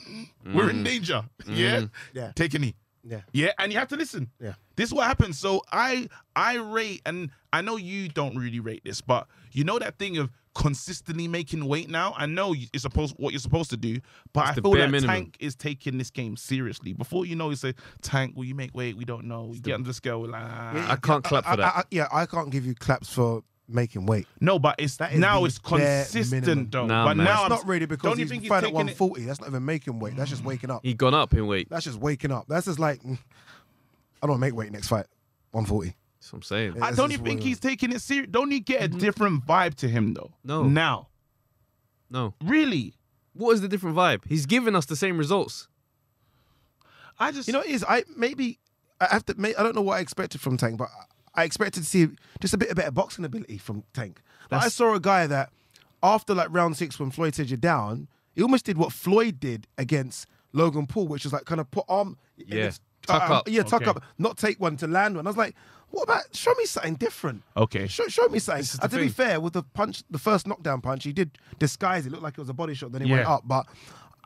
S2: we're
S1: Mm.
S2: in danger." Yeah,
S3: Yeah.
S2: Take a knee.
S3: Yeah.
S2: Yeah, and you have to listen.
S3: Yeah.
S2: This is what happens. So I I rate and I know you don't really rate this, but you know that thing of consistently making weight now? I know you- it's supposed what you're supposed to do, but
S1: It's
S2: I
S1: the
S2: feel
S1: bare
S2: that
S1: minimum.
S2: Tank is taking this game seriously. Before you know you say, Tank, will you make weight? We don't know. You get on the scale like
S1: I can't clap
S3: I-
S1: for that.
S3: I- I- yeah, I can't give you claps for making weight.
S2: No, but it's
S3: That is
S2: now
S3: the
S2: it's
S3: bare minimum.
S2: consistent though.
S1: Nah,
S2: but
S1: man.
S2: now
S1: It's
S2: I'm,
S3: Not really because
S2: don't you
S3: he's
S2: think he's
S3: fat at
S2: taking it- Mm.
S3: 140. That's not even making weight. That's just waking up.
S1: He gone up in weight. That's
S3: That's just waking up. That's just like, mm, I don't make weight next fight. 140.
S1: what I'm saying.
S3: Yeah.
S2: I
S3: That's
S2: don't
S3: just
S2: even think
S3: wild.
S2: he's taking it serious. Don't he get a
S3: Mm-hmm.
S2: different vibe to him though?
S1: No.
S2: Now,
S1: No.
S2: really,
S1: What is the different vibe? He's giving us the same results.
S2: I just
S3: You know, what it is I maybe I have to. May, I don't know what I expected from Tank, but I I expected to see just a bit of better boxing ability from Tank. Like, I saw a guy that after like round six, when Floyd said you're down, he almost did what Floyd did against Logan Paul, which was like kind of put arm, um,
S1: Yeah. Tuck up.
S3: yeah, tuck
S2: Okay.
S3: up, not take one to land one. I was like, what about? Show me something different.
S2: okay.
S3: Show, show me something.
S1: is the
S3: And to be
S1: thing.
S3: fair, with the punch, the first knockdown punch, he did disguise it. Looked like it was a body shot. Then he went
S2: Yeah.
S3: up, but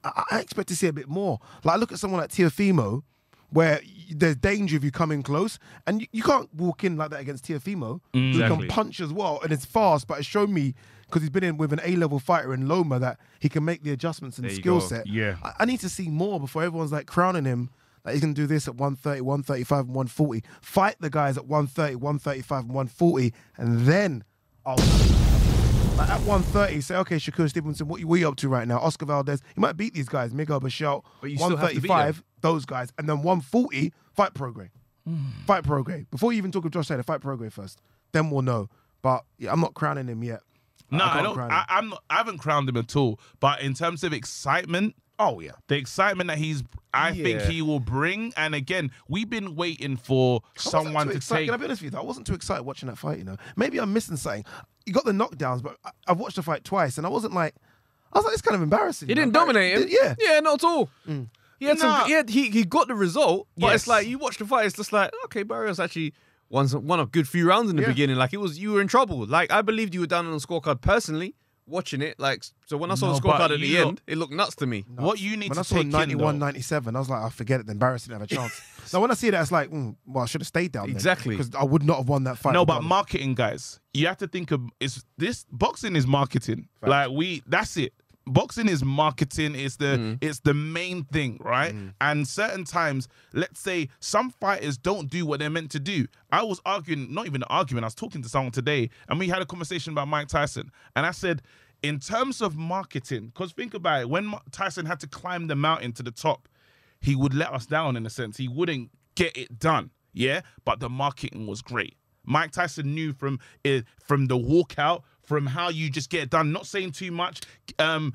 S3: I, I expect to see a bit more. Like I look at someone like Tiafimo, where y- there's danger if you come in close, and you, you can't walk in like that against Tiafimo, who
S1: Exactly.
S3: can punch as well and it's fast. But it showed me because he's been in with an A-level fighter in Loma that he can make the adjustments and
S1: There you
S3: skill
S1: go.
S3: set.
S2: Yeah.
S3: I, I need to see more before everyone's like crowning him. Like he's gonna do this at 130, 135, and 140. Fight the guys at 130, 135, and 140, and then I'll like at 130, say, okay, Shakur Stevenson, what you we up to right now? Oscar Valdez, you might beat these guys, Miguel Bichelle,
S1: But you still have to beat them.
S3: 135, those guys, and then 140, fight progress.
S1: Hmm.
S3: Fight progress. Before you even talk of Josh Taylor, fight progress first. Then we'll know. But yeah, I'm not crowning him yet.
S2: No, I,
S3: can't
S2: don't.
S3: crown
S2: I, I'm not. I haven't crowned him at all. But in terms of excitement, oh yeah, the excitement that he's. I think
S1: Yeah.
S2: he will bring. And again, we've been waiting for
S3: I wasn't
S2: someone
S3: too
S2: to
S3: excited.
S2: take.
S3: Can I be honest with you? Though? I wasn't too excited watching that fight. You know, maybe I'm missing something. You got the knockdowns, but I- I've watched the fight twice, and I wasn't like, I was like, it's kind of embarrassing.
S1: He
S3: you know?
S1: didn't
S3: But-
S1: dominate him.
S3: Yeah,
S1: Yeah, Mm. not at all. He had
S2: Nah.
S1: some. He, had, he he got the result, but
S2: Yes.
S1: it's like you watch the fight. It's just like okay, Barrios actually won some, won a good few rounds in the
S3: Yeah.
S1: beginning. Like it was you were in trouble. Like I believed you were down on the scorecard personally. Watching it, like so when I saw
S2: No,
S1: the scorecard
S2: but
S1: at the
S2: you lot-
S1: end, it looked nuts to me.
S2: What you need
S3: When
S2: to
S3: I saw
S2: take in, though-
S3: 91, 97, I was like, I forget it. The embarrassing have a chance. now when I see that, it's like, mm, well, I should have stayed down.
S1: Exactly.
S3: because I would not have won that fight.
S2: No, but
S3: regardless.
S2: marketing, guys, you have to think of it's this boxing is marketing. Like we, that's it. Boxing is marketing. It's the it's the main thing, right? And certain times, let's say some fighters don't do what they're meant to do. I was arguing, not even an argument. I was talking to someone today, and we had a conversation about Mike Tyson, and I said. In terms of marketing, because think about it, when Ma- Tyson had to climb the mountain to the top, he would let us down in a sense. He wouldn't get it done. Yeah, but the marketing was great. Mike Tyson knew from eh, from the walkout, from how you just get it done, not saying too much. Um,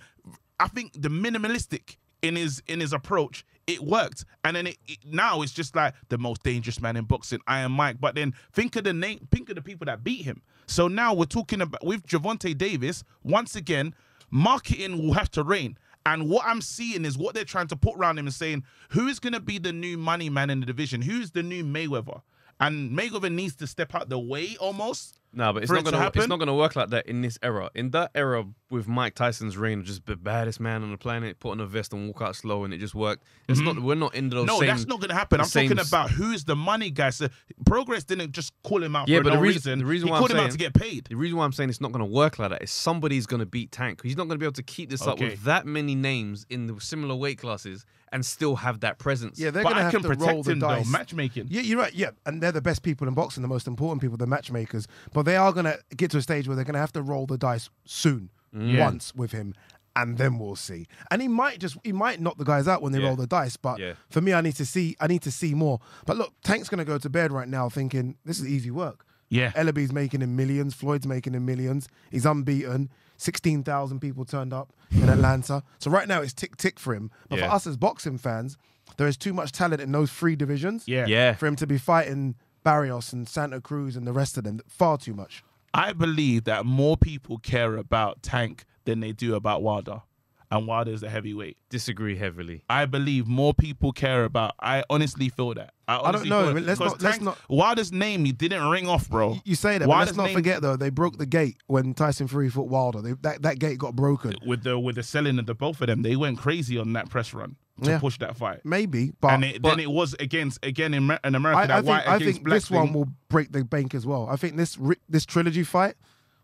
S2: I think the minimalistic in his in his approach it worked, and then it, it- now it's just like the most dangerous man in boxing, Iron Mike. But then think of the name, think of the people that beat him. So now we're talking about with Javante Davis once again. Marketing will have to reign. And what I'm seeing is what they're trying to put around him and saying, who is going to be the new money man in the division? Who's the new Mayweather? And Mayweather needs to step out the way almost.
S1: No, but it's
S2: for
S1: not
S2: it to
S1: gonna
S2: happen?
S1: it's not gonna work like that in this era. In that era with Mike Tyson's reign, of just the baddest man on the planet, put on a vest and walk out slow, and it just worked. It's not we're not in those.
S2: No,
S1: same,
S2: that's not going to happen.
S1: the
S2: I'm talking
S1: same s-
S2: about who is the money guy. So Progress didn't just call him out
S1: Yeah,
S2: for
S1: but
S2: no
S1: the reason- the reason
S2: he
S1: why I'm
S2: called him out to
S1: saying-
S2: get paid.
S1: The reason why I'm saying it's not going to work like that is somebody's going to beat Tank. He's not going to be able to keep this up
S2: Okay.
S1: with that many names in the similar weight classes and still have that presence.
S3: yeah, they're
S2: But
S3: gonna
S2: I
S3: have
S2: can
S3: to roll
S2: protect
S3: the
S2: him, though.
S3: dice.
S2: Matchmaking.
S3: Yeah, you're right. Yeah, and they're the best people in boxing, the most important people, the matchmakers. But they are gonna get to a stage where they're gonna have to roll the dice soon,
S1: Mm.
S3: once with him, and then we'll see. And he might just he might knock the guys out when they roll the dice. But
S1: Yeah.
S3: for me, I need to see I need to see more. But look, Tank's gonna go to bed right now thinking this is easy work.
S2: Yeah.
S3: Ellaby's making him millions. Floyd's making him millions. He's unbeaten. 16,000 people turned up in Atlanta. So right now it's tick tick for him. But for
S1: Yeah.
S3: us as boxing fans, there is too much talent in those three divisions
S2: Yeah.
S1: yeah.
S3: for him to be fighting Barrios and Santa Cruz and the rest of them far too much.
S2: I believe that more people care about Tank than they do about Wilder. And Wilder's the heavyweight.
S1: Disagree heavily.
S2: I believe more people care about. I honestly feel that. I, honestly
S3: know,
S2: feel
S3: but
S2: that.
S3: let's
S2: Because
S3: not- let's
S2: Tank-
S3: not-
S2: Wilder's name you didn't ring off, bro.
S3: You say that, but
S2: Wilder's
S3: let's not
S2: name-
S3: forget though they broke the gate when Tyson Fury fought Wilder. They, that that gate got broken.
S2: with the with the selling of the both of them. They went crazy on that press run to
S3: Yeah.
S2: push that fight.
S3: Maybe, but
S2: and it,
S1: but-
S2: then it was against again in, Ma- in America
S3: I, I
S2: that
S3: think
S2: white
S3: I
S2: against
S3: think
S2: black
S3: this one
S2: thing.
S3: will break the bank as well. I think this ri- this trilogy fight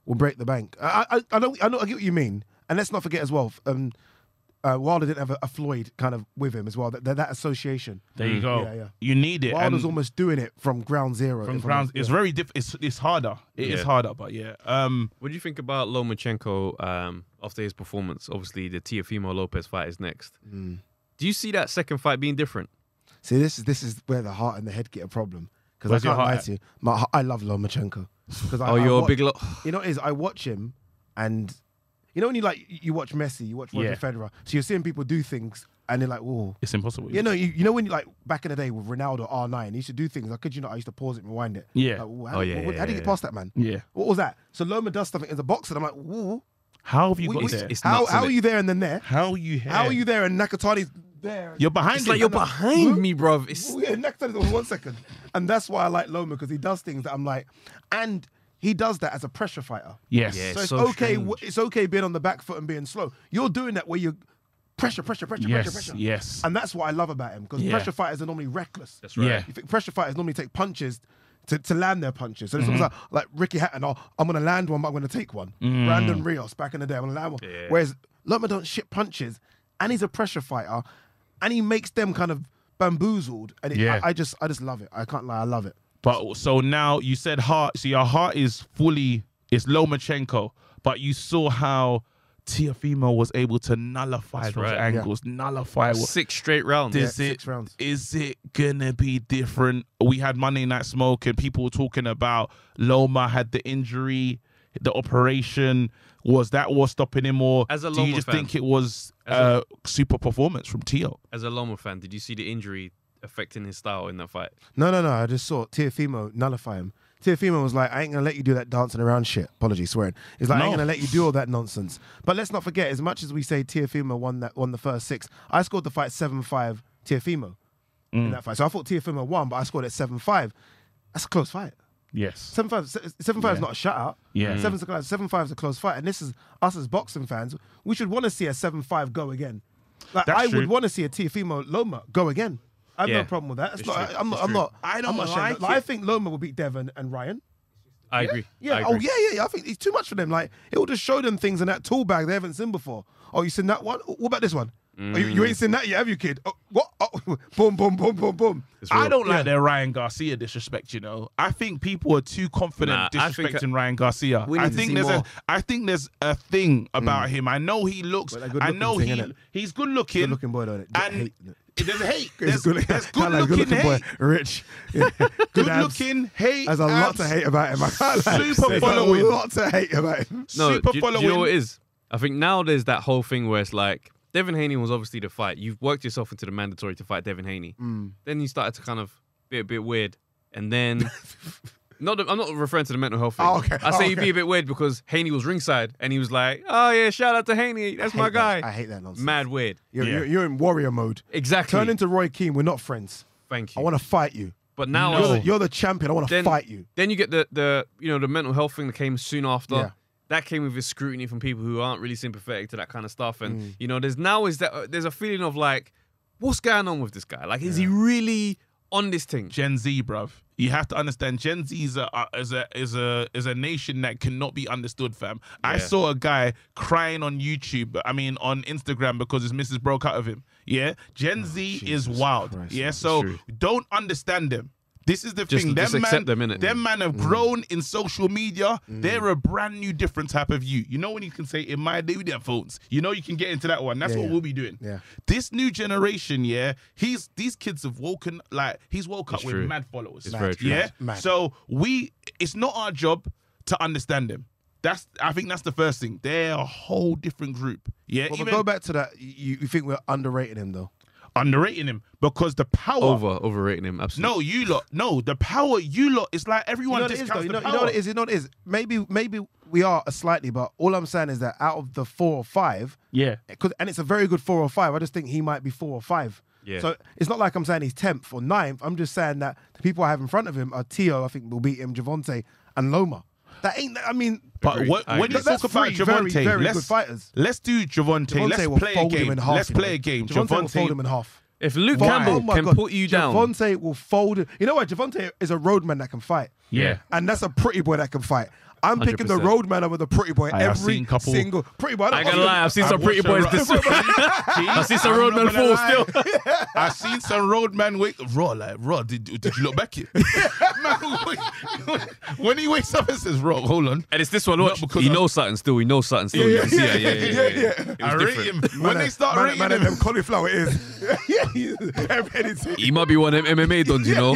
S3: will break the bank. I I, I know I know I get what you mean, and let's not forget as well. Um, uh, Wilder didn't have a, a Floyd kind of with him as well. That that, that association.
S2: There
S1: Mm,
S2: you go.
S3: Yeah, yeah.
S2: You need it.
S3: Wilder's
S2: and-
S3: almost doing it from ground zero.
S2: from
S3: if I'm-
S2: grounds.
S3: yeah.
S2: It's very diff. It's it's harder. It is
S1: Yeah.
S2: harder, but yeah. Um,
S1: What do you think about Lomachenko um, after his performance? Obviously, the Tiafimo Lopez fight is next.
S3: Hmm.
S1: Do you see that second fight being different?
S3: See, this is this is where the heart and the head get a problem. Because I
S2: Where's your
S3: can't lie
S2: heart
S3: to you, my, he- I love Lomachenko. 'Cause I-
S1: Oh,
S3: I
S1: you're a
S3: wa-
S1: big lo-
S3: You know, what it is I watch him, and you know when you like you watch Messi, you watch Roger
S2: Yeah.
S3: Federer, so you're seeing people do things, and they're like, whoa.
S2: it's impossible.
S3: You know, you, you know when you like back in the day with Ronaldo R9, he used to do things. I could you not? I used to pause it, and rewind it.
S2: Yeah.
S3: Like, whoa, how,
S1: Oh,
S3: did-
S1: yeah,
S3: what-
S1: yeah,
S3: how did you
S1: yeah,
S3: get past that man?
S2: Yeah.
S3: What was that? So Loma does something as a boxer. and I'm like, whoa.
S2: How have you
S3: we-
S2: got
S3: we-
S2: there?
S1: It's
S3: how
S1: nuts,
S3: how
S1: innit?
S3: are you there and then there?
S2: How are you here?
S3: How are you there and Nakatani's there?
S2: You're behind.
S1: It's
S2: him.
S1: like you're behind me, bruv. It's
S3: Oh, yeah, next time one second. And that's why I like Loma because he does things that I'm like, and he does that as a pressure fighter.
S2: Yes.
S1: Yeah.
S3: So
S1: It's
S3: it's
S1: so
S3: okay.
S1: strange.
S3: It's okay being on the back foot and being slow. You're doing that where you pressure, pressure, pressure, pressure,
S2: Yes.
S3: pressure.
S2: Yes.
S3: And that's what I love about him because
S2: Yeah.
S3: pressure fighters are normally reckless.
S1: That's right.
S2: Yeah.
S3: You think pressure fighters normally take punches to, to land their punches. So this was like, like Ricky Hatton, oh, I'm going to land one, but I'm going to take one. Brandon Rios back in the day, I'm going to land one.
S1: Yeah.
S3: Whereas Loma don't shit punches and he's a pressure fighter and he makes them kind of bamboozled. And it,
S2: Yeah.
S3: I, I just I just love it. I can't lie, I love it.
S2: But so now you said heart. So your heart is fully. It's Lomachenko, but you saw how Tiafimo was able to nullify those
S1: right.
S2: angles, nullify what
S1: six straight rounds.
S2: Is
S3: Yeah,
S2: it
S3: six rounds.
S2: is it gonna be different? We had Monday Night Smoke and people were talking about Loma had the injury, the operation. Was that what stopping him, or
S1: As a
S2: do you
S1: Loma
S2: just
S1: fan.
S2: think it was uh, super performance from Tio?
S1: As a Loma fan, did you see the injury affecting his style in that fight?
S3: No, no, no. I just saw Tiafimo nullify him. Tiafimo was like, I ain't gonna let you do that dancing around shit. Apologies, swearing. He's like, I
S2: No.
S3: ain't gonna let you do all that nonsense. But let's not forget, as much as we say Tiafimo won that won the first six, I scored the fight seven five Tiafimo in that fight. So I thought Tiafimo won, but I scored at seven five. That's a close fight.
S2: Yes,
S3: Seven five, seven five is not a shutout.
S2: Yeah. Mm.
S3: seven's a close. Seven five is a close fight, and this is us as boxing fans. We should want to see a seven five go agagen. Like
S2: That's
S3: I
S2: true.
S3: would want to see a Tiafimo Loma go again. I have
S1: Yeah.
S3: no problem with that. It's
S1: It's
S3: not,
S1: true.
S3: I, am not.
S1: It's
S3: I'm
S1: true.
S3: not.
S2: I don't
S3: I'm not ashamed.
S2: like
S3: Like,
S2: it.
S3: I think Loma will beat Devon and Ryan.
S1: I agree. I
S3: Yeah.
S1: agree.
S3: Oh yeah, yeah, yeah. I think it's too much for them. Like it will just show them things in that tool bag they haven't seen before. Oh, you seen that one? What about this one? Oh, you, you ain't seen that yet, have you, kid? Oh, what? Oh, boom, boom, boom, boom, boom.
S2: I don't like their Ryan Garcia disrespect. You know, I think people are too confident
S1: Nah, I think-
S2: disrespecting Ryan Garcia.
S1: We need
S2: I
S1: to
S2: think
S1: see
S2: there's a,
S1: more.
S2: I think there's a thing about him. I know he looks.
S3: Hmm. But that good
S2: I
S3: looking
S2: know
S3: thing,
S2: he
S3: innit?
S2: he's good looking.
S3: Good looking boy, though. innit?
S2: and
S3: Hate, innit?
S2: it- there's hate.
S3: He's
S2: There's good, there's good,
S3: Kinda like
S2: looking, hate.
S3: boy, rich. Yeah.
S2: Good
S3: abs.
S2: looking hate.
S3: There's a lot to
S2: abs,
S3: hate about him. I can't lie.
S2: Super
S3: There's
S2: following.
S3: A lot to hate about him.
S1: No,
S2: Super
S1: do, you-
S2: following.
S1: do you know what it is? I think now there's that whole thing where it's like Devin Haney was obviously the fight. You've worked yourself into the mandatory to fight Devin Haney.
S3: Mm.
S1: Then you started to kind of be a bit weird, and then. Not that- I'm not referring to the mental health thing.
S3: Oh, okay.
S1: I say
S3: Oh,
S1: you'd be
S3: okay.
S1: a bit weird because Haney was ringside and he was like, "Oh yeah, shout out to Haney, that's
S3: I
S1: my
S3: hate that.
S1: guy."
S3: I hate that nonsense.
S1: Mad weird.
S3: You're,
S2: Yeah.
S3: you're, you're in warrior mode.
S1: Exactly.
S3: Turn into Roy Keane. We're not friends.
S1: Thank
S3: I
S1: you.
S3: want to fight you.
S1: but now
S3: You're,
S2: No.
S3: the, you're the champion. I want to
S1: then
S3: fight you.
S1: Then you get the the you know the mental health thing that came soon after.
S3: Yeah.
S1: That came with the scrutiny from people who aren't really sympathetic to that kind of stuff, and you know, there's now is that uh, there's a feeling of like, what's going on with this guy? Like, is he really on this thing?
S2: Gen Z, bruv. You have to understand Gen Z is a uh, is a is a is a nation that cannot be understood, fam. I
S1: Yeah.
S2: saw a guy crying on YouTube, I mean on Instagram because his missus broke out of him. Yeah. Gen Z is wild.
S3: Christ,
S2: yeah.
S3: that's
S2: So
S1: true.
S2: don't understand them. This is the
S1: Just-
S2: thing. Them
S1: just
S2: man,
S1: accept them, innit?
S2: them man have grown in social media. They're a brand new, different type of you. You know when you can say, "In my day, we didn't have phones." You know you can get into that one. That's
S3: Yeah,
S2: what
S3: yeah.
S2: we'll be doing.
S3: Yeah.
S2: This new generation, yeah, he's these kids have woken like he's woke up
S1: It's
S2: with
S1: true.
S2: mad followers.
S1: It's very true.
S2: Yeah.
S3: Mad.
S2: So we, it's not our job to understand them. That's I think that's the first thing. They're a whole different group. Yeah.
S3: Well,
S2: even
S3: but go back to that. You, you think we're underrating him though?
S2: underrating him because the power.
S1: Over overrating him absolutely.
S2: No, you lot. No, the power you lot. It's like everyone
S3: you know what it is, though.
S2: discounts
S3: You
S2: the
S3: know, you
S2: power.
S3: know what it is. You know what it is. Maybe, maybe we are slightly, but all I'm saying is that out of the four or five,
S2: Yeah.
S3: because and it's a very good four or five. I just think he might be four or five.
S1: Yeah.
S3: So it's not like I'm saying he's tenth or ninth. I'm just saying that the people I have in front of him are Tio. I think will beat him, Javante and Loma. That ain't. I mean,
S2: But
S1: Agreed.
S2: what,
S1: I
S2: when
S1: agree.
S2: you talk
S3: That's
S2: about
S3: three very,
S2: Javante,
S3: very
S2: let's,
S3: good fighters.
S2: let's do Javante.
S3: Javonte
S2: let's
S3: will
S2: play a
S3: fold him
S2: game.
S3: in half.
S2: let's
S3: you know.
S2: play a game.
S3: will fold him in half.
S1: If Luke
S3: Fold-
S1: Campbell
S3: oh my
S1: can
S3: God.
S1: put you down,
S3: Javante will fold. You know what? Javante is a roadman that can fight.
S2: Yeah.
S3: And that's a pretty boy that can fight. I'm picking the
S1: 100%.
S3: road man over the pretty boy
S2: Aye, I've
S3: every
S2: seen couple-
S3: single pretty boy.
S1: I ain't gonna lie, I've seen some
S2: I've
S1: pretty
S2: watched
S1: boys
S2: a
S1: this
S2: ro-
S1: week. I see some roadman fall still.
S2: I seen some roadman wake raw like raw. Did, did you look back here? Man, wait- when he wakes up and says raw, hold on.
S1: And it's this one. Watch.
S2: because
S1: he
S2: I'm-
S1: knows something still. He knows something still. Yeah, yeah, yeah, yeah, yeah, It was
S2: I rate
S1: different.
S2: him. When they start
S3: man,
S2: rating
S3: man,
S2: him,
S3: them cauliflower is. Everything.
S1: He might be one of them MMA dons, you know.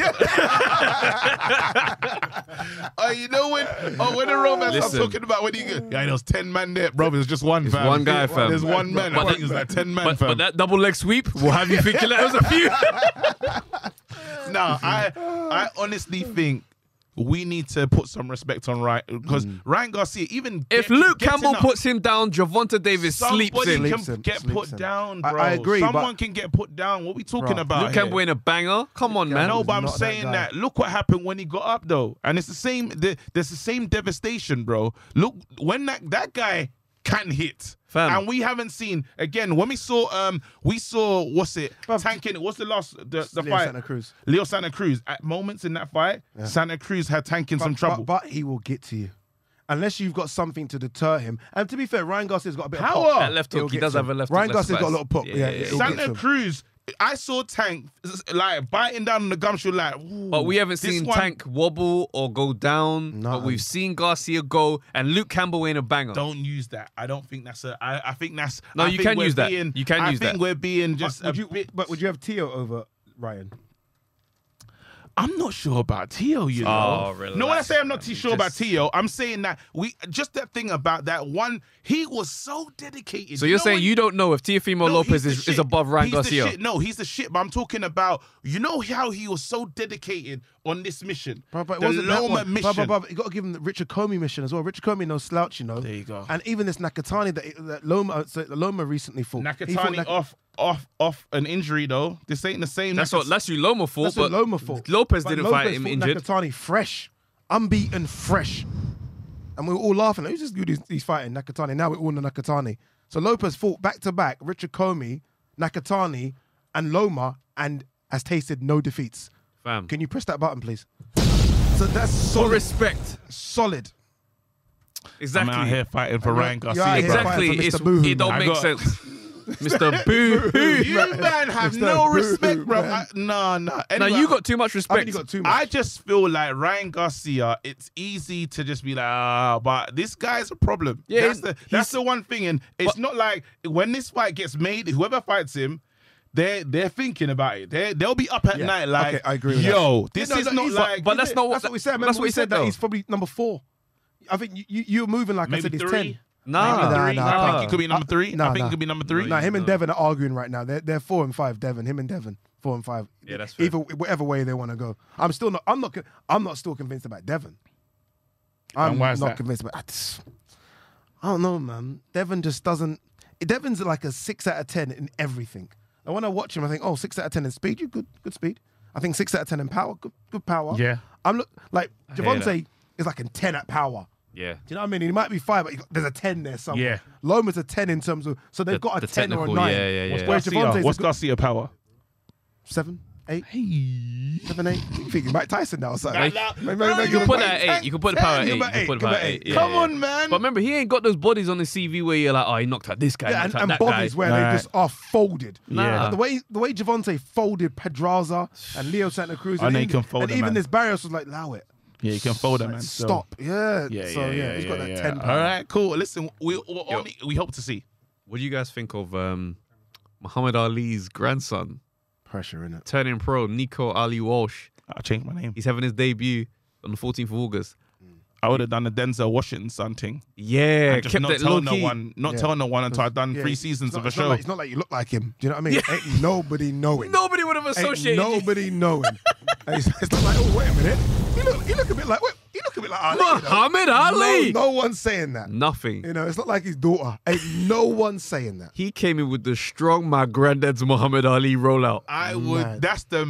S2: oh, you know when? Oh, when the romance
S1: Listen.
S2: I'm talking about when he go, yeah, there was ten man there, bro. There's just one. Fam.
S1: one guy, fam.
S2: There's one man.
S1: But
S2: I think
S1: that-
S2: it's like ten man,
S1: But,
S2: fam.
S1: but that double leg sweep will have you thinking that was a few.
S2: No, I
S1: Mm-hmm.
S2: I honestly think we need to put some respect on Ryan because Ryan Garcia, even
S1: Mm. If
S2: get-
S1: Luke
S2: getting
S1: Campbell
S2: up,
S1: puts him down, Javonta Davis
S2: somebody
S1: sleeps in.
S2: can
S3: Sleeps in,
S2: get
S3: sleeps
S2: put
S3: in.
S2: down,
S3: I-
S2: bro.
S3: I agree, but-
S2: Someone can get put down. What we talking
S3: Bruh,
S2: about?
S1: Luke
S2: here?
S1: Campbell in a banger. Come on, man.
S2: No, but I'm
S3: not that
S2: saying
S3: guy.
S2: that, Look what happened when he got up, though, and it's the same. The, there's the same devastation, bro. Look when that that guy can hit,
S1: Fam.
S2: and we haven't seen again. When we saw, um, we saw what's it? Tanking. What's the last the, the
S3: Leo
S2: fight?
S3: Santa Cruz.
S2: Leo Santa Cruz. At moments in that fight, Santa Cruz had tanking some trouble.
S3: But, but he will get to you. Unless you've got something to deter him. And to be fair, Ryan Garcia's got a bit
S2: How
S3: of pop.
S2: are-
S1: That left
S3: He'll
S1: hook. He
S3: get
S1: does
S3: to
S1: have
S3: him.
S1: a left
S3: Ryan
S1: hook. that's
S3: Garcia's got a
S1: fast.
S3: little pop. Yeah, yeah, yeah.
S2: Santa
S3: him.
S2: Cruz. I saw Tank like biting down on the gumshoe, like. ooh,
S1: But we haven't
S2: this
S1: seen
S2: one-
S1: Tank wobble or go down. But
S3: Nothing.
S1: we've seen Garcia go and Luke Campbell in a banger.
S2: don't use that. I don't think that's a. I, I think that's.
S1: No,
S2: I
S1: you
S2: think
S1: can
S2: we're
S1: use that.
S2: Being,
S1: You can
S2: I
S1: use
S2: think
S1: that.
S2: we're being just.
S3: But would,
S2: a
S3: you,
S2: bit-
S3: but would you have Tio over Ryan?
S2: I'm not sure about Tio. You
S1: Oh,
S2: know. no, when I
S1: relax,
S2: say I'm not
S1: man.
S2: too
S1: You
S2: sure about
S1: just-
S2: Tio, I'm saying that we just that thing about that one. He was so dedicated.
S1: So you're
S2: know
S1: saying
S2: when-
S1: you don't know if Teofimo
S2: No,
S1: Lopez
S2: he's the
S1: is, is
S2: shit.
S1: above Ryan
S2: he's
S1: Garcia?
S2: The shit. No, he's the shit. But I'm talking about you know how he was so dedicated on this mission,
S3: Bruh, but it
S2: the
S3: wasn't that
S2: Loma
S3: one. Bruh,
S2: mission.
S3: bruh, bruh, you got to give him the Richard Comey mission as well. Richard Comey no slouch, you know. There
S2: you go.
S3: And even this Nakatani that, that Loma so Loma recently fought. He fought
S2: Nakatani
S3: Nak-
S2: off, off, off an injury though. This ain't the same.
S1: That's
S2: Nakat-
S1: what that's you Loma for.
S3: That's
S1: but
S3: what Loma fought.
S1: Lopez
S3: But
S1: didn't
S3: Lopez
S1: fight him
S3: fought
S1: injured.
S3: Nakatani fresh, unbeaten, fresh, and we were all laughing. Who's this dude he's, he's fighting? Nakatani. Now we're all on Nakatani. So Lopez fought back to back Richard Comey, Nakatani, and Loma, and has tasted no defeats.
S1: Fam.
S3: Can you press that button, please? So that's
S1: For
S3: solid.
S1: respect.
S3: Solid.
S2: I'm
S1: Exactly.
S2: out here fighting for Ryan
S3: you're out
S2: Garcia.
S3: here
S2: bruh.
S1: Exactly.
S3: Fighting for
S1: It's,
S3: Mr. Boohoo,
S1: it don't
S2: man. I
S1: make
S2: got-
S1: sense. Mr. Boo Hoo.
S2: You man have
S3: Mr.
S2: no
S3: Boo,
S2: respect, bro.
S3: man.
S2: I- No, no.
S1: Now
S2: Anyway,
S1: you got too much
S3: I
S1: respect.
S3: mean, you got too much.
S2: I just feel like Ryan Garcia. It's easy to just be like, ah, but this guy's a problem.
S1: Yeah,
S2: that's the
S1: he's-
S2: that's the one thing, and it's not like when this fight gets made, whoever fights him. They're, they're thinking about it. They they'll be up at
S3: Yeah.
S2: night like,
S3: Okay, I agree with
S2: yo, this
S3: No,
S2: is
S3: no,
S2: not
S3: he's-
S2: like.
S1: but that's
S3: Yeah,
S1: not what-
S3: that's what we said.
S1: that's
S3: Remember
S1: what
S3: we
S1: he
S3: said
S1: said,
S3: that
S1: though.
S3: he's probably number four. I think you, you you're moving like I
S2: Maybe
S3: said. He's
S2: three?
S3: ten.
S1: Nah.
S3: Nah,
S2: three.
S3: nah,
S2: I
S1: nah.
S2: think it could be number three.
S3: nah,
S2: I think
S3: nah.
S2: it could be number three.
S3: No, him and
S1: No.
S3: Devon are arguing right now. They're they're four and five. Devon, him and Devon, four and five.
S1: Yeah, that's fair.
S3: either whatever way they want to go. I'm still not. I'm not. con- I'm not still convinced about Devon. I'm
S2: And why
S3: not
S2: is that?
S3: convinced about. I, just- I don't know, man. Devon just doesn't. Devon's like a six out of ten in everything. And when I watch him, I think, oh, six out of ten in speed. You good, good speed. I think six out of ten in power. Good, good power.
S2: Yeah.
S3: I'm look like
S1: hear
S3: Javante is like a ten at power.
S1: Yeah.
S3: Do you know what I mean? He might be five, but he- there's a ten there somewhere.
S2: Yeah.
S3: Loma's a ten in terms of so they've
S1: The-
S3: got a
S1: the
S3: ten or a
S1: technical,
S3: nine.
S1: yeah, yeah, yeah.
S3: Whereas
S2: Garcia,
S3: Javante's
S2: what's
S3: a good,
S2: Garcia power?
S3: seven, eight, seven, eight. You think you're Mike Tyson now or something?
S1: Nah, nah.
S3: Maybe-
S2: Bro,
S3: maybe
S2: you
S3: give
S1: You
S3: him
S1: can put
S3: eight.
S1: that at eight. You can put the
S2: Ten,
S1: power at eight.
S2: give
S1: You
S2: it
S1: can
S2: eight,
S1: put the
S2: give
S1: power
S2: it
S1: at
S2: eight.
S1: eight. Yeah,
S2: Come
S1: yeah.
S2: on, man.
S1: But remember, he ain't got those bodies on his CV where you're like, oh, he knocked out this guy.
S3: Yeah,
S1: knocked
S3: and,
S1: out
S3: and
S1: that
S3: bodies
S1: guy.
S3: where
S2: Nah.
S3: they just are folded.
S1: Nah.
S3: Like the way the way Javante folded Pedraza and Leo Santa Cruz,
S2: I
S3: and,
S2: know he
S3: even-
S2: can fold
S3: and
S2: them,
S3: even
S2: man.
S3: this Barrios was like, "Allow it,
S2: Yeah, you can fold him, man.
S3: Like,
S2: So-
S3: stop." Yeah.
S2: Yeah,
S3: so yeah, he's got that
S2: yeah.
S3: ten.
S2: All
S3: power.
S2: right, cool. Listen, we we only, we hope to see.
S1: What do you guys think of um, Muhammad Ali's grandson
S3: pressure in it.
S1: turning pro, Nico Ali Walsh?
S2: I'll change my name.
S1: He's having his debut on the 14th of August.
S2: I would have done the Denzel Washington son thing.
S1: Yeah,
S2: Just
S1: kept
S2: not
S1: it
S2: tell
S1: low
S2: no
S1: key.
S2: one, not
S3: Yeah.
S2: tell no one until I've done three seasons
S3: it's not,
S2: of a
S3: it's not
S2: show.
S3: like- it's not like you look like him. Do you know what I mean? Ain't nobody knowing.
S1: Nobody would have
S3: Ain't
S1: associated. you.
S3: nobody knowing. it's, it's not like, oh wait a minute, you look, you look a bit like, wait, you look a bit like Ali. you know?
S1: Muhammad Ali.
S3: No, no one's saying that.
S1: Nothing.
S3: You know, it's not like his daughter. Ain't no one saying that.
S1: He came in with the strong my granddad's Muhammad Ali rollout.
S2: I would.
S3: Mad.
S2: That's the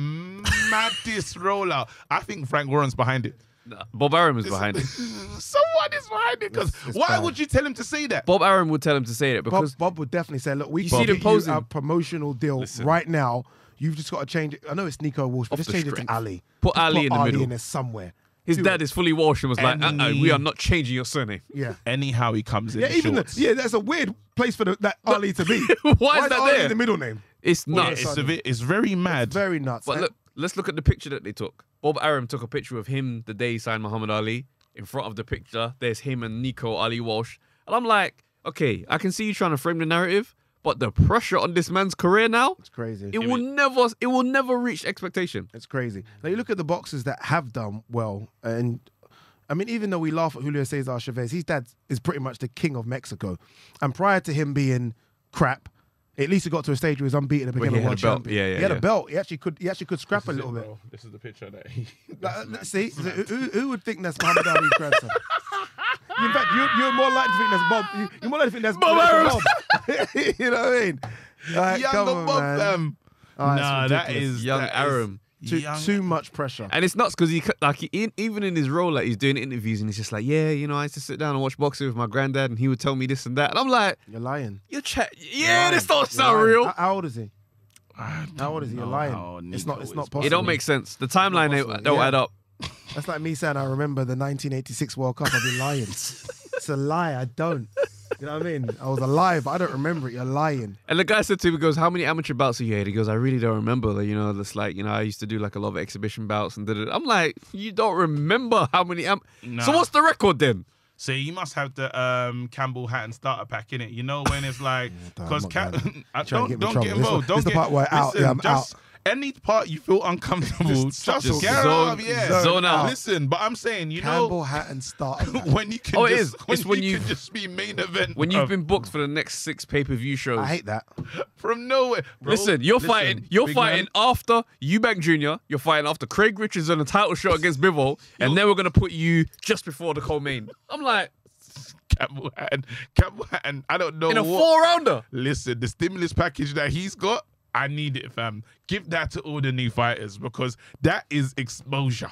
S2: maddest rollout. I think Frank Warren's behind it.
S1: Nah, Bob Arum is behind it.
S2: Someone is behind it because why
S3: Mm, bad.
S2: would you tell him to say that?
S1: Bob Arum would tell him to say that
S3: Bob,
S1: because
S3: Bob would definitely say, look, we
S1: You
S3: can
S1: see the
S3: get
S1: posing?
S3: you a promotional deal right now. You've just got to change it. I know it's Nico Walsh, but
S1: Off
S3: just
S1: the
S3: change it
S1: strength.
S3: to Ali.
S1: Put
S3: Just
S1: Ali in the middle.
S3: in there somewhere.
S1: His
S3: Do
S1: dad is fully Welsh and was like,
S2: Any-
S1: uh we are not changing your surname.
S3: Yeah.
S2: Anyhow, he comes in.
S3: Yeah, even the,
S2: shorts.
S3: yeah, that's a weird place for the, that Ali to be.
S1: Why is that
S3: Ali
S1: there?
S3: the middle name?
S1: It's
S2: Yeah,
S1: nuts.
S2: it's, a bit, it's very mad.
S3: Very nuts. eh?
S1: but
S3: And-
S1: look, let's look at the picture that they took. Bob Arum took a picture of him the day he signed Muhammad Ali. In front of the picture, there's him and Nico Ali Walsh. And I'm like, okay, I can see you trying to frame the narrative, but the pressure on this man's career now,
S3: it's crazy.
S1: it will never it will never reach expectation.
S3: It's crazy. Now you look at the boxers that have done well, and I mean, even though we laugh at Julio Cesar Chavez, his dad is pretty much the king of Mexico. And prior to him being crap, at least he got to a stage where he was unbeaten and became
S1: he
S3: a
S1: had a
S3: world
S1: belt.
S3: champion.
S1: Yeah, yeah,
S3: he had
S1: yeah.
S3: a belt. He actually could. He actually could scrap a
S4: This is it,
S3: little bit.
S4: bro. This is the picture that he.
S3: Like, uh, see, so who, who would think that's Muhammad Ali's grandson? In fact, you're, you're more likely to think that's Bob. you- You're more likely to think that's Bob. you know what I mean? Like,
S2: Young
S3: come on, man.
S2: above them.
S3: Oh, it's
S2: nah, that
S3: ridiculous.
S2: is
S1: Young
S2: that is
S1: Aram.
S3: too,
S2: young-
S3: too much pressure.
S1: And it's nuts because he c- like he, in- even in his role, like he's doing interviews and he's just like, yeah, you know, I used to sit down and watch boxing with my granddad and he would tell me this and that, and I'm like,
S3: You're lying.
S1: you're chat, yeah, this don't
S3: You're
S1: sound
S3: lying.
S1: real.
S3: How, how old is he?
S2: I
S3: How old is he? You're
S2: don't
S3: lying.
S2: know how
S3: It's not.
S2: Nico
S3: It's
S2: is,
S3: not
S2: bro.
S3: possible.
S1: It don't make sense. The timeline
S3: possible,
S1: they, don't
S3: yeah.
S1: add up.
S3: That's like me saying I remember the 1986 World Cup. I'd be lying. it's a lie. I don't. You know what I mean? I was alive. But I don't remember it. You're lying.
S1: And the guy said to him, he goes, How many amateur bouts have you had? He goes, I really don't remember. Like, you know, that's like, you know, I used to do like a lot of exhibition bouts and did it. I'm like, You don't remember how many am So
S2: Nah.
S1: what's the record then?
S2: So you must have the um, Campbell hat and starter pack in it. You know when it's like
S3: damn,
S2: because
S3: I'm not
S2: Cam- I- don't
S3: Trying to get me in
S2: don't
S3: trouble.
S2: get
S3: This-
S2: involved.
S3: this
S2: don't
S3: the
S2: get
S3: part where out,
S2: listen,
S3: yeah, I'm
S2: just Any part you feel uncomfortable, just,
S1: just
S2: get
S1: zone-
S2: out. Yeah,
S1: zone Zone out. out.
S2: Listen, but I'm saying you
S3: Campbell hat and start.
S2: know when you can.
S1: Oh, it
S2: just,
S1: is.
S2: When
S1: It's
S2: you
S1: when
S2: can
S1: you've-
S2: just be main event
S1: When you've
S2: of-
S1: been booked for the next six pay per view shows.
S3: I hate that.
S2: from nowhere. Bro,
S1: Listen, you're
S2: listen,
S1: fighting. You're
S2: big
S1: fighting
S2: man,
S1: after Eubank Jr. You're fighting after Craig Richards on the title shot against Bivol, and then we're gonna put you just before the co-main. I'm like
S2: Campbell hat and Campbell hat and I don't know
S1: in a
S2: what.
S1: four rounder.
S2: Listen, the stimulus package that he's got, I need it, fam. Give that to all the new fighters because that is exposure.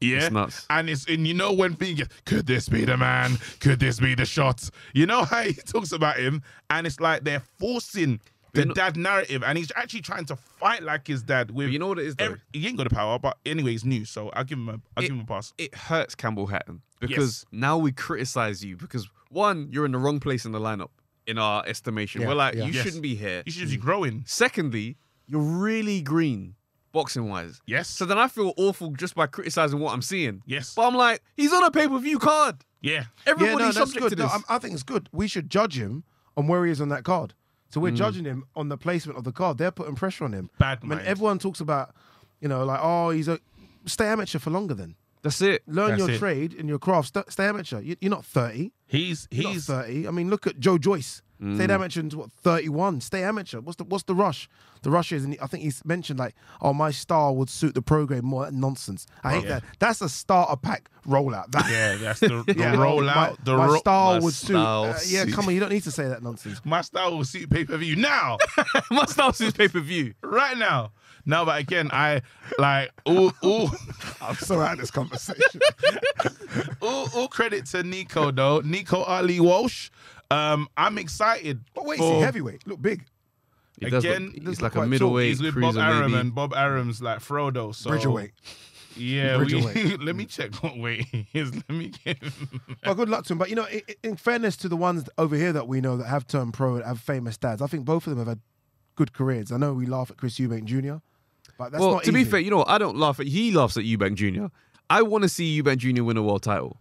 S2: Yeah,
S1: It's nuts.
S2: and it's and you know when things get, could this be the man? Could this be the shot? You know how he talks about him, and it's like they're forcing the
S1: You know-
S2: dad narrative, and he's actually trying to fight like his dad. With
S1: you know what it is, though?
S2: every- he ain't got the power, but anyway, he's new, so I'll give him a I'll
S1: It-
S2: give him a pass.
S1: It hurts Campbell Hatton because now we criticize you because one, you're in the wrong place in the lineup in our estimation.
S3: Yeah,
S1: we're like,
S3: yeah.
S1: you
S2: Yes.
S1: shouldn't be here.
S2: You should be growing.
S1: Secondly, you're really green boxing wise.
S2: Yes.
S1: So then I feel awful just by criticizing what I'm seeing.
S2: Yes.
S1: But I'm like, he's on a pay per view card.
S2: yeah.
S1: Everybody's
S3: yeah, no, that's
S1: subject
S3: good.
S1: to
S3: No,
S1: this.
S3: I'm- I think it's good. We should judge him on where he is on that card. So
S1: Mm.
S3: we're judging him on the placement of the card. They're putting pressure on him.
S2: Bad
S3: I mean,
S2: mind.
S3: everyone talks about, you know, like oh, he's a stay amateur for longer. Then
S1: That's it.
S3: learn
S2: That's
S3: your
S2: it.
S3: trade and your craft. St- stay amateur. You- You're not thirty.
S2: He's
S3: You're
S2: he's
S3: not thirty. uh, I mean, look at Joe Joyce. Stayed
S2: Mm.
S3: amateur into what thirty-one. Stay amateur. What's the what's the rush? The rush is, and I think he's mentioned like, oh, my star would suit the program more. That nonsense. I hate that. That's a starter pack rollout. That,
S2: yeah. That's the, the
S3: yeah,
S2: rollout.
S3: My,
S2: the
S3: my
S2: ro-
S3: style
S1: my
S3: would suit.
S1: style
S3: Uh, yeah,
S1: suit.
S3: come on, you don't need to say that nonsense.
S2: My style will suit pay per view now,
S1: My style's his pay per view.
S2: right now. No, but again, I like all, all,
S3: I'm so out of this conversation.
S2: all, all credit to Nico though. Nico Ali Walsh. Um, I'm excited.
S3: but wait,
S2: for-
S3: see, heavyweight, look big.
S1: He does
S2: Again,
S1: look-
S2: this
S1: he's
S3: look
S1: like
S3: quite
S1: a
S3: tall.
S1: middleweight
S2: He's with Bob
S1: cruiser,
S2: Arum
S1: maybe.
S2: and Bob Arum's like Frodo. So
S3: Bridgerweight.
S2: Yeah, we,
S3: Bridgerweight.
S2: let me check what weight he is. Let me get him.
S3: Well, good luck to him. But you know, in, in fairness to the ones over here that we know that have turned pro and have famous dads, I think both of them have had good careers. I know we laugh at Chris Eubank Jr., but that's
S1: well,
S3: not
S1: to be
S3: easy.
S1: fair, you know, what? I don't laugh at he laughs at Eubank Jr. I want to see Eubank Jr. win a world title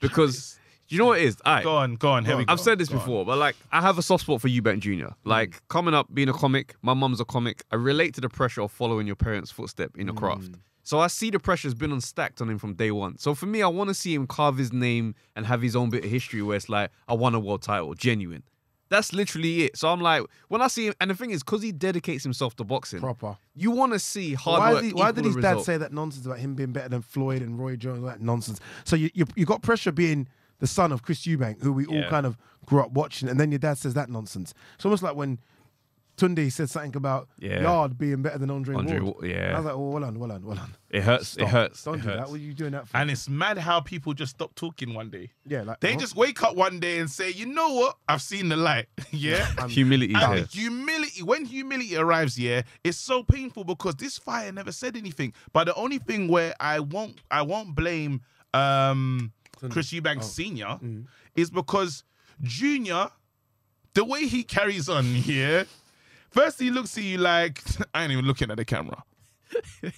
S1: because you know what it is. All right,
S2: Go on, go on. Here we go.
S1: I've said this
S2: Go on. Mm.
S1: before, but like I have a soft spot for Eubank Jr. Like coming up, being a comic, my mum's a comic. I relate to the pressure of following your parents' footstep in a craft.
S2: Mm.
S1: So I see the pressure's been unstacked on him from day one. So for me, I want to see him carve his name and have his own bit of history where it's like I won a world title, genuine. That's literally it. So I'm like, when I see him, and the thing is, because he dedicates himself to boxing,
S3: Proper.
S1: You want to see hard
S3: Why,
S1: work.
S3: did he- why
S1: equal
S3: did
S1: a
S3: his dad
S1: result.
S3: say that nonsense about him being better than Floyd and Roy Jones? All that nonsense. So you, you you got pressure being the son of Chris Eubank, who we all kind of grew up watching, and then your dad says that nonsense. It's almost like when Tunde said something about
S1: Yeah.
S3: Yard being better than Andre,
S1: Andre
S3: Ward.
S1: Wa-
S3: And I
S1: yeah,
S3: was like, oh, well on, well on, well on.
S1: it hurts. It
S3: Stop.
S1: hurts.
S3: Don't
S1: it
S3: do that.
S1: hurts.
S3: What are you doing that for?
S2: And it's mad how people just stop talking one day.
S3: yeah, like
S2: They
S3: huh?
S2: just wake up one day and say, you know what? I've seen the light. yeah.
S1: Humility. is
S2: And
S1: here.
S2: humility, when humility arrives, yeah, it's so painful because this fire never said anything. But the only thing where I won't, I won't blame um, Chris Eubanks Senior is because Junior, the way he carries on, yeah. First, he looks at you like I ain't even looking at the camera.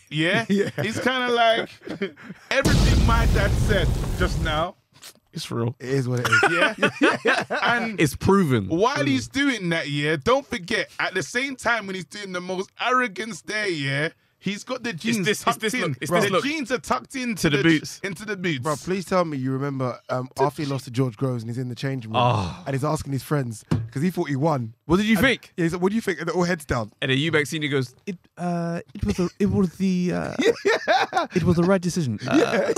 S2: Yeah, yeah. He's kind of like everything my dad said just now. It's real.
S3: It is what it is.
S2: Yeah, and
S1: It's proven.
S2: while he's
S1: Mm.
S2: doing that, yeah, don't forget, at the same time when he's doing the most arrogance there, yeah, he's got the jeans
S1: this- it's
S2: tucked
S1: this
S2: in.
S1: look, it's this
S2: the
S1: look.
S2: jeans are tucked into
S1: the
S2: the,
S1: boots.
S2: Into the boots.
S3: Bro, please tell me you remember um, after he lost to George Groves and he's in the change room
S1: Oh.
S3: and he's asking his friends because he thought he won.
S1: what did you think?
S3: Yeah, he's like, what do you think? And they're all heads down.
S1: And then Eubank Senior goes, "It, uh, it was, a, it was the, uh, it was the right decision." Uh,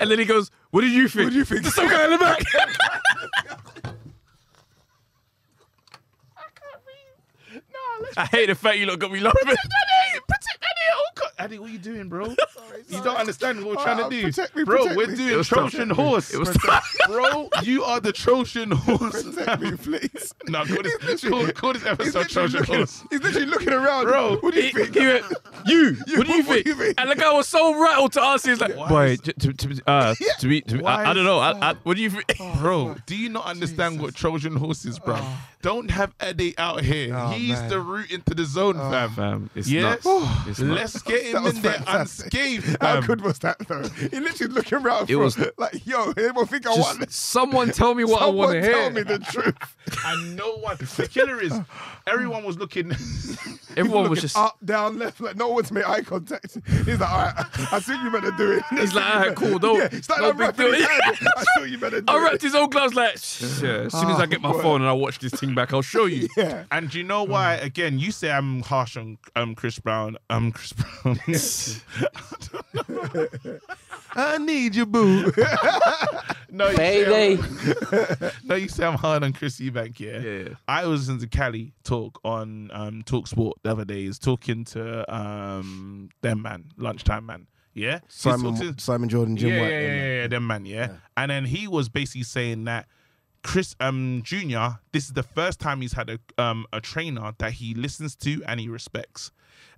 S1: and then he goes, "What did you think?" What did you think? There's some guy in the back. I hate the fact you lot got me laughing.
S2: Daddy, protect Daddy at all co- Daddy, what are you doing, bro? You don't understand what we're trying
S3: Uh,
S2: to do.
S3: protect me,
S2: bro,
S3: protect
S2: we're
S3: me.
S2: doing Trojan horse.
S1: It was
S2: bro, you are the Trojan horse. Protect me, please. no, call this, call, call this episode Trojan horse.
S3: He's literally looking around.
S2: Bro,
S3: what do you think?
S1: He went, you, what do you
S3: what do
S1: think?
S3: you think?
S1: And the guy was so rattled to us. He was like,
S2: Why
S1: "Boy,
S2: is-
S1: j- to, to, uh, to be, to be
S2: Why
S1: I, I don't
S2: is-
S1: know. I, I, what do you think?"
S2: Bro, do you not understand what Trojan horse is, bro?
S1: Oh.
S2: Don't have Eddie out here.
S3: Oh,
S2: He's
S3: man.
S2: the root into the zone,
S1: Oh,
S2: fam.
S1: Fam, it's
S2: Yes.
S1: nuts. It's nuts.
S2: Let's get
S3: That
S2: him
S3: was
S2: in there Um,
S3: fantastic.
S2: unscathed,
S3: How
S2: fam.
S3: good was that though? He literally looking around.
S1: It
S3: for-
S1: was-
S3: like, yo, they will think I won.
S1: Just someone tell me what I
S3: Someone
S1: want to hear.
S3: tell me the truth.
S2: And no one. The killer is everyone was looking.
S1: Everyone was just.
S3: Up, down, left, like no one's made eye contact. He's like, all right, I see what you better do it.
S1: He's like, all right, cool, though.
S3: Yeah, he's like,
S1: No
S3: I'm
S1: big
S3: wrapping his
S1: deal.
S3: hand. I see what you better do
S1: I
S3: it.
S1: wrapped his own gloves like, "Shh, yeah, as soon as I get my phone and I watch this thing back, I'll show you.
S3: Yeah.
S2: and do you know why?
S3: Mm.
S2: Again, you say I'm harsh on um, Chris Brown. Um, Chris Brown.
S3: I need you, boo.
S2: no, you say I'm-
S5: Baby.
S2: no, you say I'm hard on Chris Eubank. Yeah.
S1: Yeah.
S2: I was listening to Cali talk on um, Talk Sport the other day. He's talking to um, them man, lunchtime man. Yeah. He's talking-
S3: Simon, Simon Jordan, Jim
S2: yeah,
S3: White.
S2: yeah,
S3: yeah,
S2: yeah, yeah, yeah, them man, yeah. And then he was basically saying that Chris um Junior, this is the first time he's had a um a trainer that he listens to and he respects,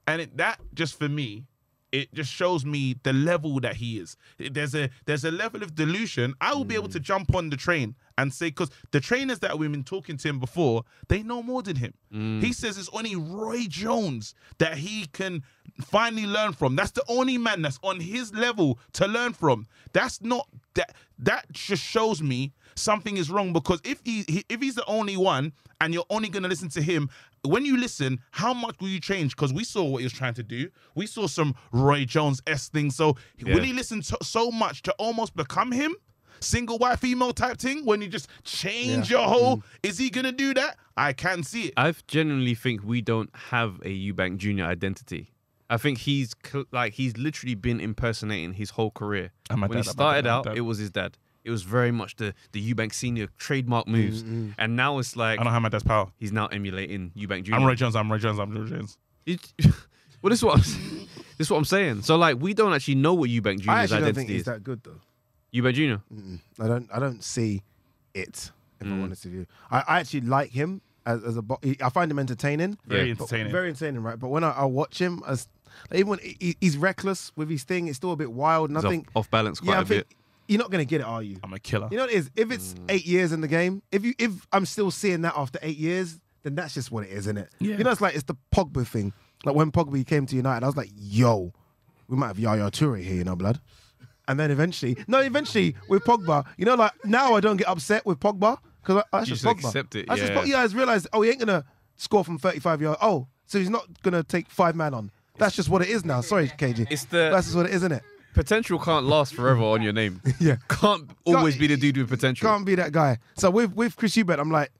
S2: and it, that just for me, it just shows me the level that he is. There's a there's a level of delusion. I will be able
S3: Mm.
S2: to jump on the train and say because the trainers that we've been talking to him before, they know more than him.
S3: Mm.
S2: He says it's only Roy Jones that he can finally learn from. That's the only man that's on his level to learn from. That's not that that just shows me something is wrong because if he, he if he's the only one and you're only going to listen to him when you listen how much will you change because we saw what he was trying to do we saw some roy jones s thing so will he listen to, so much to almost become him single white female type thing when you just change your whole is he gonna do that i can see it
S1: I genuinely think we don't have a Eubank Junior identity. I think he's cl- like he's literally been impersonating his whole career.
S2: I'm a
S1: when he
S2: dad, I'm a
S1: started
S2: dad, I'm a
S1: out,
S2: dad.
S1: it was his dad. It was very much the the Eubank Senior trademark moves,
S3: Mm,
S1: and now it's like
S2: i don't have my dad's power
S1: he's now emulating Eubank Junior.
S2: i'm roy jones i'm roy jones i'm roy jones
S1: It- well, this is what I'm, this is what I'm saying. So like we don't actually know what Eubank
S3: I
S1: Junior's
S3: actually don't think
S1: identity
S3: he's
S1: is.
S3: that good though.
S1: Eubank Junior.
S3: I don't. I don't see it. If I'm honest with you, I, I actually like him as, as a. Bo- he- I find him entertaining.
S2: very
S1: Yeah.
S3: But-
S2: entertaining
S3: Very entertaining, right? But when I, I watch him, as like, even when he- he, he's reckless with his thing, it's still a bit wild. And I
S1: He's off-
S3: think
S1: off balance quite
S3: yeah, I
S1: a bit.
S3: think you're not gonna get it, are you?
S2: i'm a killer
S3: You know what it is. If it's
S1: Mm.
S3: eight years in the game, if you if I'm still seeing that after eight years, then that's just what it is, isn't it?
S2: Yeah.
S3: You know, it's like it's the Pogba thing. Like when Pogba came to United, I was like, yo, we might have Yaya Toure here, you know, blood. And then eventually, no, eventually with Pogba, you know, like now I don't get upset with Pogba because I, I
S1: You
S3: just
S1: just
S3: Pogba.
S1: accept it,
S3: I just
S1: yeah.
S3: Pogba. Yeah, I just realized, oh, he ain't gonna score from 35 yards. Oh, so he's not gonna take five man on. That's just what it is now. Sorry, KG.
S1: It's the-
S3: that's just what it is, isn't it?
S1: Potential can't last forever on your name.
S3: Yeah.
S1: Can't always be the dude with potential.
S3: can't be that guy. So with with Chris Hubert, I'm
S2: Mm.
S3: like,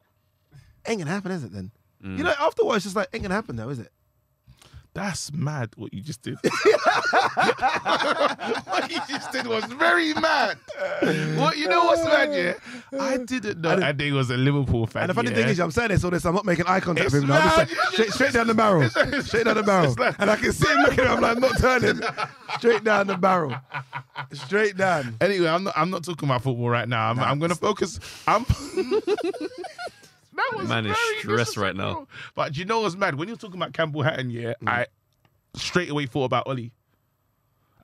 S3: ain't gonna happen, is it? Then you know, afterwards, it's just like ain't gonna happen, though, is it?
S2: That's mad what you just did. what you just did was very mad. What you know what's mad, yeah? I didn't know
S3: And-
S2: Ade was a Liverpool fan.
S3: And the funny
S2: yeah?
S3: thing is, I'm saying this all this, I'm not making eye contact
S2: It's
S3: with him now. I'm just
S2: loud.
S3: like, straight, straight down the barrel. Straight down the barrel.
S2: It's like-
S3: And I can see him looking at him, I'm like, not turning. Straight down the barrel. Straight down.
S2: Anyway, I'm not, I'm not talking about football right now. I'm, I'm going to focus. I'm. that was
S1: Man is
S2: very
S1: stressed right now.
S2: disrespectful. But do you know what's mad? When you're talking about Campbell Hatton, yeah,
S3: Mm.
S2: I straight away thought about Oli.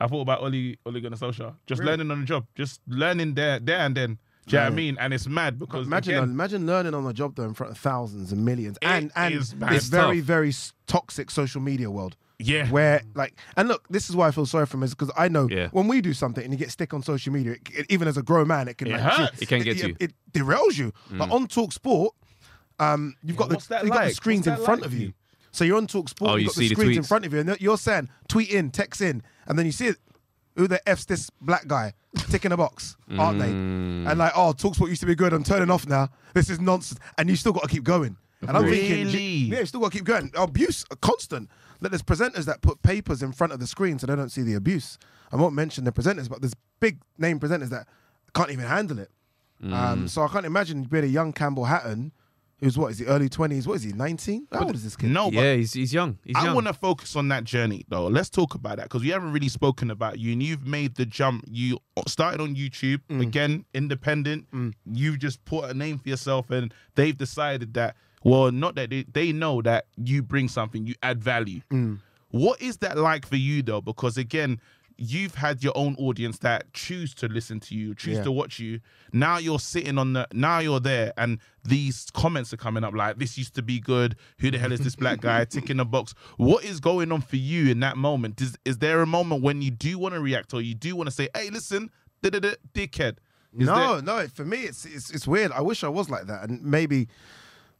S2: I thought about Oli Oli Gunnar Solskjaer. Just learning on the job. Just learning there, there and then. Do you know what I mean? And it's mad because
S3: Imagine,
S2: again,
S3: imagine learning on the job though in front of thousands and millions, and and
S2: is bad.
S3: this
S2: It's
S3: very
S1: tough.
S3: very s- toxic social media world.
S2: Yeah.
S3: where like, and look, this is why I feel sorry for him is because I know
S1: Yeah.
S3: when we do something and you get stick on social media, it, it- even as a grown man, it can
S2: It
S3: like,
S2: hurts.
S1: It can get
S3: it,
S1: to you.
S3: It, derails you. But on Talk Sport, um, you've got
S2: Mm. what's
S3: the
S2: that
S3: you've got
S2: like?
S3: the screens
S2: What's
S3: in
S2: that
S3: front
S2: like
S3: of
S2: for
S3: you.
S2: you?
S3: So you're on Talk Sport,
S1: Oh,
S3: you've
S1: you
S3: got
S1: see
S3: the
S1: the
S3: screens in
S1: tweets.
S3: front of you, and you're saying tweet in, text in, and then you see it. Who the f's this black guy ticking a box, aren't they?
S1: Mm.
S3: And like, oh, Talksport used to be good. I'm turning off now. This is nonsense, and you still got to keep going. And I'm thinking,
S2: Really?
S3: yeah, you still got to keep going. Abuse are constant. That there's presenters that put papers in front of the screen so they don't see the abuse. I won't mention the presenters, but there's big name presenters that can't even handle it.
S2: Mm.
S3: Um, so I can't imagine being a young Campbell Hatton, who's what is he early twenties? What is he? Nineteen? How old is this kid?
S2: no, but
S1: yeah, he's, he's young. He's
S2: I
S1: young.
S2: want to focus on that journey though. Let's talk about that because we haven't really spoken about you, and you've made the jump. You started on YouTube
S1: Mm.
S2: again, independent. You've just put a name for yourself, and they've decided that. Well, not that they, they know that you bring something, you add value.
S1: Mm.
S2: What is that like for you though? Because again, you've had your own audience that choose to listen to you, choose
S3: Yeah.
S2: to watch you. Now you're sitting on the now you're there and these comments are coming up like this used to be good. Who the hell is this black guy ticking a box? What is going on for you in that moment? Is is there a moment when you do want to react or you do want to say, "Hey, listen, da-da-da, dickhead." Is
S3: no,
S2: there-
S3: no. For me, it's, it's it's weird. I wish I was like that, and maybe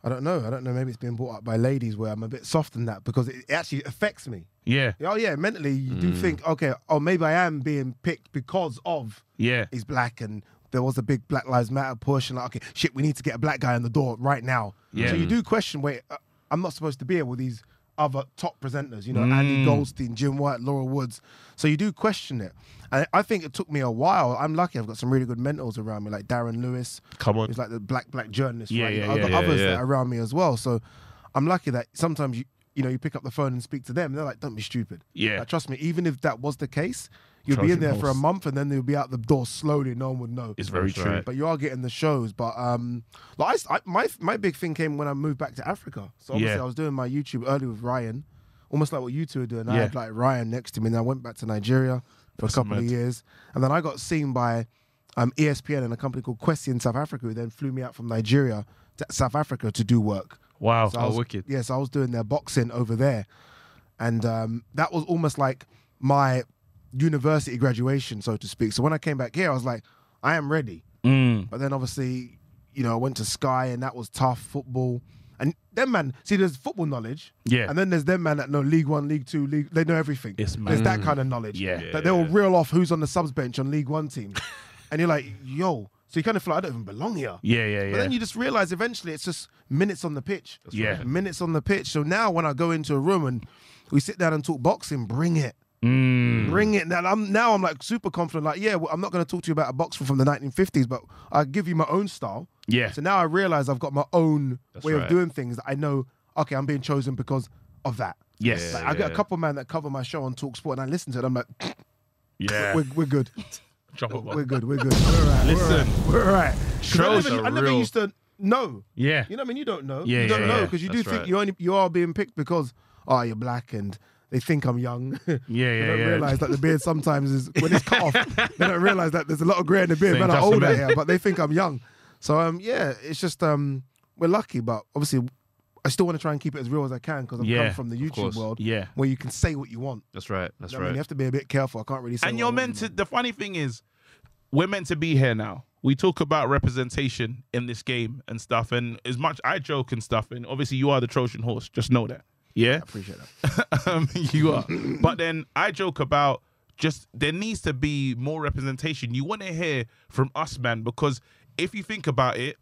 S3: I don't know. I don't know. Maybe it's been brought up by ladies where I'm a bit soft in that because it actually affects me.
S2: yeah.
S3: Oh yeah, mentally you
S2: Mm.
S3: do think, okay, oh maybe I am being picked because of
S2: Yeah.
S3: he's black and there was a big Black Lives Matter push and like, okay, shit, we need to get a black guy in the door right now.
S2: Yeah. Mm.
S3: So you do question, wait, uh, I'm not supposed to be here with these other top presenters, you know,
S2: Mm.
S3: Andy Goldstein, Jim White, Laura Woods. So you do question it. And I think it took me a while. I'm lucky I've got some really good mentors around me, like Darren Lewis.
S2: Come on.
S3: Who's like the black, black journalist,
S2: Yeah,
S3: right?
S2: yeah,
S3: I've got
S1: yeah,
S3: others
S1: yeah.
S3: that are around me as well. So I'm lucky that sometimes you you know, you pick up the phone and speak to them, they're like, Don't be stupid.
S2: Yeah.
S3: Like, trust me, even if that was the case, you'd
S2: Charge
S3: be in
S2: it
S3: there for a
S2: most.
S3: month and then they'll be out the door slowly, no one would know.
S2: It's very
S1: That's
S2: true.
S1: right.
S3: But you are getting the shows. But um, like I, I- my my big thing came when I moved back to Africa. So obviously
S2: Yeah.
S3: I was doing my YouTube earlier with Ryan, almost like what you two are doing. I
S2: Yeah.
S3: had like Ryan next to me, and I went back to Nigeria for a couple of
S2: mad.
S3: years, and then I got seen by um, ESPN and a company called Questi in South Africa, who then flew me out from Nigeria to South Africa to do work.
S2: Wow.
S3: I
S1: Oh,
S3: was,
S1: wicked.
S3: Yes, I was doing their boxing over there, and um, that was almost like my university graduation, so to speak. So when I came back here, I was like, I am ready.
S2: Mm.
S3: But then obviously, you know, I went to Sky, and that was tough football. And them man, see, there's football knowledge,
S2: Yeah.
S3: and then there's them man that know League One, League Two, League. They know everything.
S2: It's
S3: there's
S2: mad.
S3: that kind of knowledge.
S2: Yeah.
S1: Yeah.
S3: That they'll reel off who's on the subs bench on League One team, and you're like, yo. So you kind of feel like I don't even belong here.
S2: Yeah, yeah,
S3: But
S2: yeah.
S3: then you just realize eventually it's just minutes on the pitch.
S2: Yeah. right.
S3: Minutes on the pitch. So now when I go into a room and we sit down and talk boxing, bring it.
S2: Mm.
S3: Bring it. Now I'm now I'm like super confident. Like, yeah, well, I'm not going to talk to you about a boxer from the 1950s, but I give you my own style.
S2: Yeah.
S3: So now I realize I've got my own
S1: That's
S3: way of
S1: right.
S3: doing things. I know, okay, I'm being chosen because of that.
S2: Yes.
S3: Like, I got a
S1: Yeah.
S3: couple man that cover my show on Talk Sport and I listen to it. I'm like,
S2: Yeah.
S3: we're, we're good.
S2: Drop a bomb.
S3: We're good. We're good. We're all right.
S2: Listen.
S3: We're all right. 'Cause I
S2: Shows
S3: never,
S1: are
S3: I never
S1: real.
S3: used to know.
S2: Yeah.
S3: You know what I mean? You don't know.
S2: Yeah,
S3: you don't
S2: yeah,
S3: know
S2: yeah.
S3: because you do
S1: That's
S3: think
S1: right.
S3: you only you are being picked because oh you're black and they think I'm young. Yeah,
S2: yeah,
S3: They don't
S2: yeah.
S3: realize that the beard sometimes is when it's cut off. They don't realize that there's a lot of grey in the beard.
S2: Saying
S3: Man, I'm
S2: that's the
S3: older
S2: man.
S3: here, but they think I'm young. So um, yeah, it's just um, we're lucky, but obviously, I still want to try and keep it as real as I can because I'm
S2: Yeah,
S3: come from the
S1: course.
S3: YouTube world
S2: Yeah.
S3: where you can say what you want.
S1: That's right. That's
S3: You know what I mean,
S1: right.
S3: you have to be a bit careful. I can't really say.
S2: and
S3: what I
S2: you're
S3: want,
S2: meant
S3: man.
S2: to. The funny thing is, we're meant to be here now. We talk about representation in this game and stuff, and as much I joke and stuff, and obviously you are the Trojan horse. Just know that. Yeah,
S3: appreciate that.
S2: um, you are. But then I joke about just there needs to be more representation. You want to hear from us, man, because if you think about it,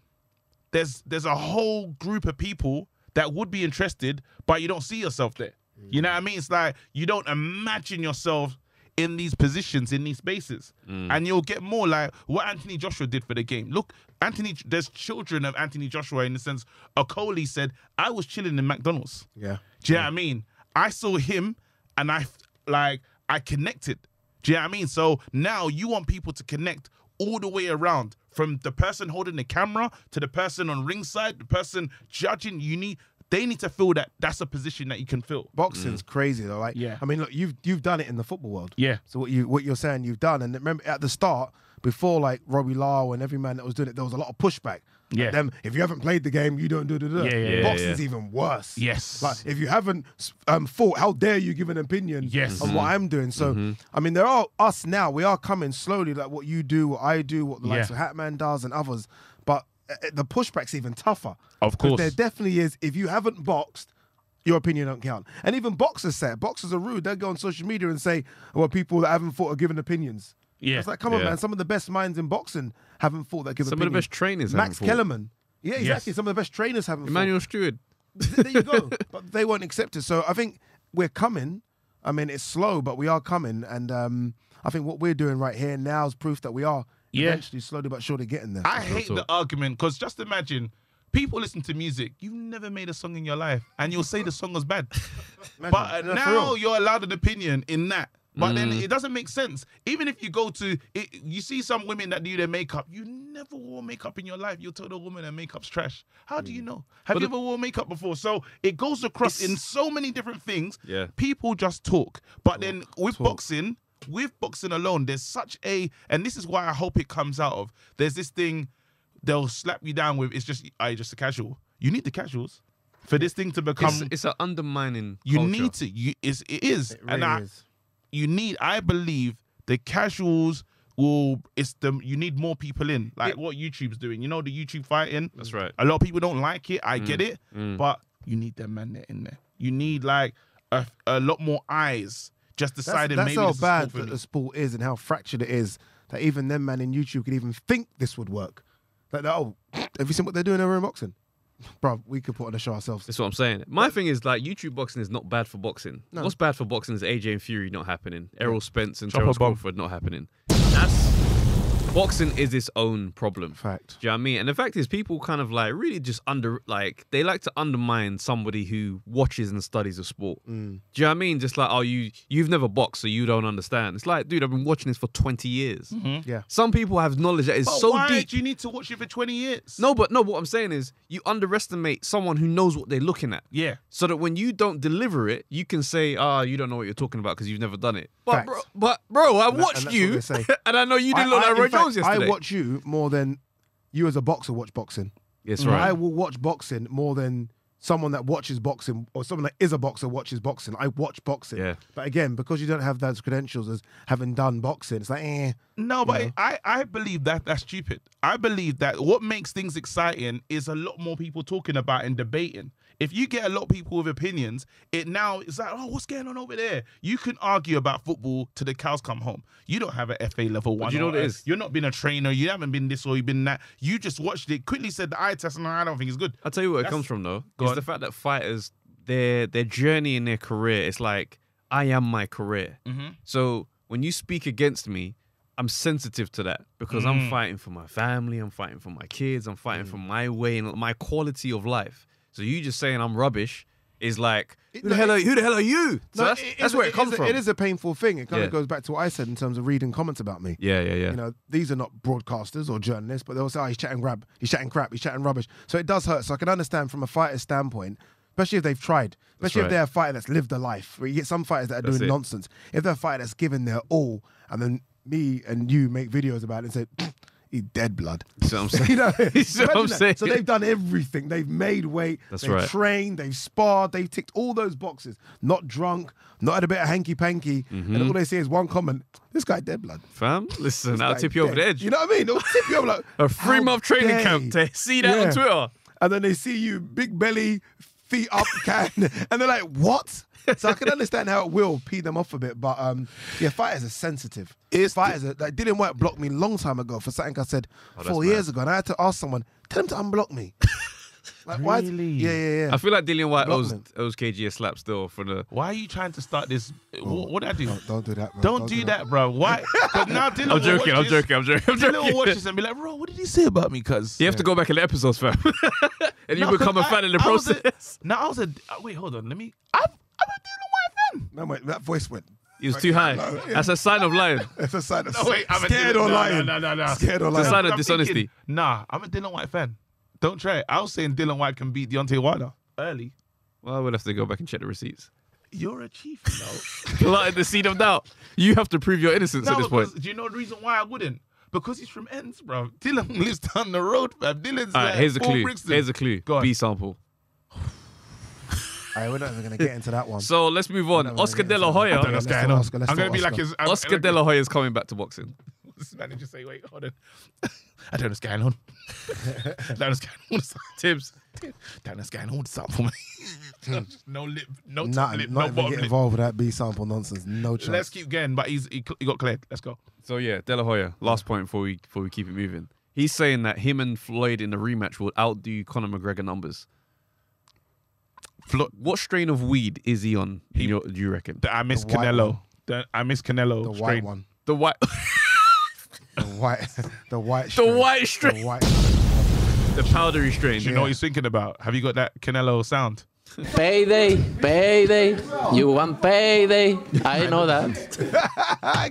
S2: there's there's a whole group of people that would be interested, but you don't see yourself there. You know what I mean? It's like you don't imagine yourself in these positions, in these spaces, and you'll get more like what Anthony Joshua did for the game. Look, Anthony, there's children of Anthony Joshua in the sense. Okoli said, "I was chilling in McDonald's."
S3: Yeah.
S2: Do you know what I mean? I saw him and I f- like I connected. Do you know what I mean? So now you want people to connect all the way around from the person holding the camera to the person on ringside, the person judging. You need they need to feel that that's a position that you can fill.
S3: Boxing's crazy though. Like,
S2: Mm. Yeah.
S3: I mean, look, you've you've done it in the football world.
S2: Yeah.
S3: So what you what you're saying you've done, and remember at the start before like Robbie Lau and every man that was doing it, there was a lot of pushback. Like,
S2: Yeah.
S3: them if you haven't played the game, you don't do do do.
S2: Yeah, yeah, yeah,
S3: Boxing's even worse.
S2: Yes.
S3: Like if you haven't um, fought, how dare you give an opinion?
S2: Yes. Mm-hmm.
S3: On what I'm doing. So I mean, there are us now. We are coming slowly, like what you do, what I do, what the likes of
S2: Yeah.
S3: Hatman does, and others. But uh, uh, the pushback's even tougher.
S2: Of
S3: 'Cause
S2: course.
S3: there definitely is. If you haven't boxed, your opinion don't count. And even boxers say it. boxers are rude. They'll go on social media and say, "Well, people that haven't fought are giving opinions."
S2: Yeah.
S3: it's like, come on,
S1: Yeah.
S3: man. Some of the best minds in boxing haven't fought that give
S1: Some of the
S3: opinions.
S1: best trainers haven't
S3: Max
S1: fought.
S3: Kellerman. Yeah, exactly. Some of the best trainers haven't. fought
S1: Emmanuel Stewart.
S3: there you go. But they weren't accepted. So I think we're coming. I mean, it's slow, but we are coming. And um, I think what we're doing right here now is proof that we are
S2: Yeah.
S3: eventually, slowly but surely getting there.
S2: I hate the argument because just imagine people listen to music. You've never made a song in your life, and you'll say the song was bad. but uh,
S3: No, for
S2: now
S3: real. Mm.
S2: you're allowed an opinion in that. But then it doesn't make sense. Even if you go to, it, you see some women that do their makeup. You never wore makeup in your life. You'll tell the woman her makeup's trash. How do
S3: Mm.
S2: you know? Have you ever wore makeup before? So it goes across in so many different things.
S1: Yeah.
S2: People just talk. But then with boxing, with boxing alone, there's such a, and this is why I hope it comes out of. There's this thing they'll slap you down with. It's just, I just a casual. You need the casuals for this thing to become.
S1: It's, it's an undermining.
S2: you
S1: culture.
S2: need to. You it's, it is.
S3: It
S2: and
S3: really
S2: I,
S3: is.
S2: you need. I believe the casuals will. It's the you need more people in. Like what YouTube's doing. You know the YouTube fighting.
S1: That's right. Mm.
S2: A lot of people don't like it. I get it, but you need them man there in there. You need like a, a lot more eyes just
S3: That's,
S2: deciding
S3: that's
S2: maybe
S3: how
S2: this
S3: bad
S2: is cool
S3: that
S2: for
S3: the
S2: me.
S3: sport is and how fractured it is that even them man in YouTube could even think this would work. Like, oh, have you seen what they're doing over in boxing? Bro, we could put on a show ourselves.
S1: That's what I'm saying. My thing is like YouTube boxing is not bad for boxing. What's bad for boxing is AJ and Fury not happening, Errol Spence and Terrence
S2: bomb.
S1: Crawford not happening. That's boxing is its own problem.
S3: Fact.
S1: Do you know what I mean? And the fact is, people kind of like really just under like they like to undermine somebody who watches and studies a sport.
S3: Mm.
S1: Do you know what I mean? Just like oh you you've never boxed so you don't understand. It's like dude I've been watching this for 20 years.
S3: Yeah.
S1: Some people have knowledge that is
S2: Mm-hmm. But
S1: so
S2: why
S1: deep.
S2: do you need to watch it for twenty years?
S1: No, but no, what I'm saying is you underestimate someone who knows what they're looking at.
S2: Yeah.
S1: So that when you don't deliver it, you can say, ah, you don't know what you're talking about because you've never done it. But
S3: Facts.
S1: bro, but bro, I
S3: that-
S1: watched
S3: and that's
S1: you
S3: what they say.
S1: and I know you didn't look
S3: I-
S1: like Roy
S3: in fact,
S1: Jones yesterday.
S3: I watch you more than you as a boxer watch boxing.
S1: Yes,
S3: I
S1: right.
S3: will watch boxing more than someone that watches boxing or someone that is a boxer watches boxing. I watch boxing.
S1: Yeah.
S3: But again, because you don't have those credentials as having done boxing, it's like, eh.
S2: No, but I, I believe that that's stupid. I believe that what makes things exciting is a lot more people talking about and debating. If you get a lot of people with opinions, it now is like, oh, what's going on over there? You can argue about football till the cows come home. You don't have a FA level one.
S1: you know
S2: or
S1: what it
S2: a-
S1: is?
S2: You're not been a trainer. You haven't been this or you've been that. You just watched it, quickly said the eye test, and I don't think it's good.
S1: I'll tell you where it
S2: That's-
S1: comes from though.
S2: Go
S1: It's
S2: on.
S1: the fact that fighters their their journey in their career, it's like, I am my career. So when you speak against me, I'm sensitive to that because I'm fighting for my family, I'm fighting for my kids, I'm fighting for my way and my quality of life. So you just saying I'm rubbish is like who the
S3: no,
S1: hell are who the hell are you? So
S3: No,
S1: that's,
S3: it
S1: that's
S3: is-
S1: where it
S3: is
S1: comes
S3: a-
S1: from.
S3: It is a painful thing. It kind
S1: Yeah.
S3: of goes back to what I said in terms of reading comments about me.
S1: yeah, yeah, yeah.
S3: You know, these are not broadcasters or journalists, but they'll say, oh, he's chatting grab, he's chatting crap, he's chatting rubbish. So it does hurt. So I can understand from a fighter's standpoint, especially if they've tried, especially if
S1: right.
S3: they're a fighter that's lived a life. Where you get some fighters that are doing
S1: it.
S3: nonsense. If they're a fighter that's given their all, and then me and you make videos about it and say, he's dead blood.
S1: See what I'm saying?
S3: You know,
S1: See what I'm
S3: imagine that.
S1: saying?
S3: So they've done everything. They've made weight.
S1: That's
S3: they've
S1: right.
S3: trained. They've sparred. They've ticked all those boxes. Not drunk. Not had a bit of hanky panky.
S1: Mm-hmm.
S3: And all they see is one comment: "This guy dead blood."
S1: Fam, listen, I'll
S3: Like,
S1: tip you over the
S3: dead.
S1: edge.
S3: You know what I mean? They'll tip you over like
S1: a three
S3: how
S1: month training
S3: dare
S1: camp.
S3: you.
S1: To see that
S3: Yeah.
S1: on Twitter.
S3: And then they see you big belly, feet up, can, and they're like, "What?" So I can understand how it will pee them off a bit, but um, yeah, fighters are sensitive.
S2: It's
S3: fighters are, like Dylan White blocked me long time ago for something I said four
S1: that's
S3: years ago, and I had to ask someone, "Tell him to unblock me." Like, why?
S2: Really?
S3: Yeah, yeah, yeah.
S1: I feel like Dillian White owes,
S3: Development.
S1: owes KG a slap still for the.
S2: Why are you trying to start this?
S1: Oh.
S2: What, what did I do?
S5: Don't, don't do that, man.
S2: Don't, do that, bro. Why? Because now Dylan
S1: I'm
S2: will
S1: joking,
S2: watch
S1: I'm
S2: this-
S1: joking, I'm joking, I'm
S2: Dylan will watch
S1: joking.
S2: this and be like, bro, what did he say about me? Because
S1: You have to go back in the episodes, fam. and you become a fan in the process.
S2: No, I was a. uh, Wait, hold on. Let me. I've, I'm a Dylan White fan.
S5: No, wait, that voice went.
S1: He was too high. That's a sign of lying.
S5: It's a sign of
S2: No, wait, I'm a
S5: scared
S2: Dylan-
S5: or
S2: no,
S5: lying.
S2: no, no, no, no.
S5: Scared or
S1: It's a
S5: lying.
S1: sign of
S2: I'm
S1: dishonesty.
S2: thinking, nah, I'm a Dylan White fan. Don't try it. I was saying Dylan White can beat Deontay Wilder early.
S1: Well, we'll have to go back and check the receipts.
S2: You're a chief, you know.
S1: Planted the seed of doubt. You have to prove your innocence
S2: No,
S1: at this point.
S2: because- Do you know the reason why I wouldn't? Because he's from Ends, bro. Dylan lives down the road, bro. Dylan's
S1: All right,
S2: like
S1: here's a
S2: Paul
S1: clue.
S2: Brixton.
S1: Here's a clue.
S2: Go on.
S1: B sample.
S3: All right, we're not even gonna get into that one.
S1: So let's move on.
S3: no, no,
S1: Oscar
S3: no,
S1: De La
S3: no. I
S1: Hoya.
S3: don't know what's going
S2: on.
S3: Oscar, let's
S2: I'm
S3: go
S2: gonna be
S3: Oscar.
S2: like his I'm-
S1: Oscar
S2: I'm
S1: De
S2: gonna-
S1: La Hoya is coming back to boxing.
S2: This manager say, wait, hold on. I don't know what's going on. I don't know what's going on. What's up?
S1: Tibbs.
S2: Don't know what's going on. What's up for me? no lip, no top
S3: Nah,
S2: lip,
S3: not
S2: no bottom
S3: even get
S2: lip.
S3: involved with that B sample nonsense. No chance.
S2: Let's keep going, but he's he, cl- he got cleared. Let's go.
S1: So yeah, De La Hoya. Last point before we before we keep it moving. He's saying that him and Floyd in the rematch will outdo Conor McGregor numbers.
S2: Flo-
S1: What strain of weed is he on? in your- do you reckon?
S2: I miss
S3: white one.
S2: Canelo. The- I miss Canelo.
S3: the white
S2: straight.
S3: one.
S1: The white,
S3: The white. The white.
S1: the
S3: string.
S1: white
S3: The
S1: strain,
S3: white.
S1: the powdery strain.
S2: Do you know what he's thinking about? Have you got that Canelo sound?
S6: Payday, payday. You want payday. I know that.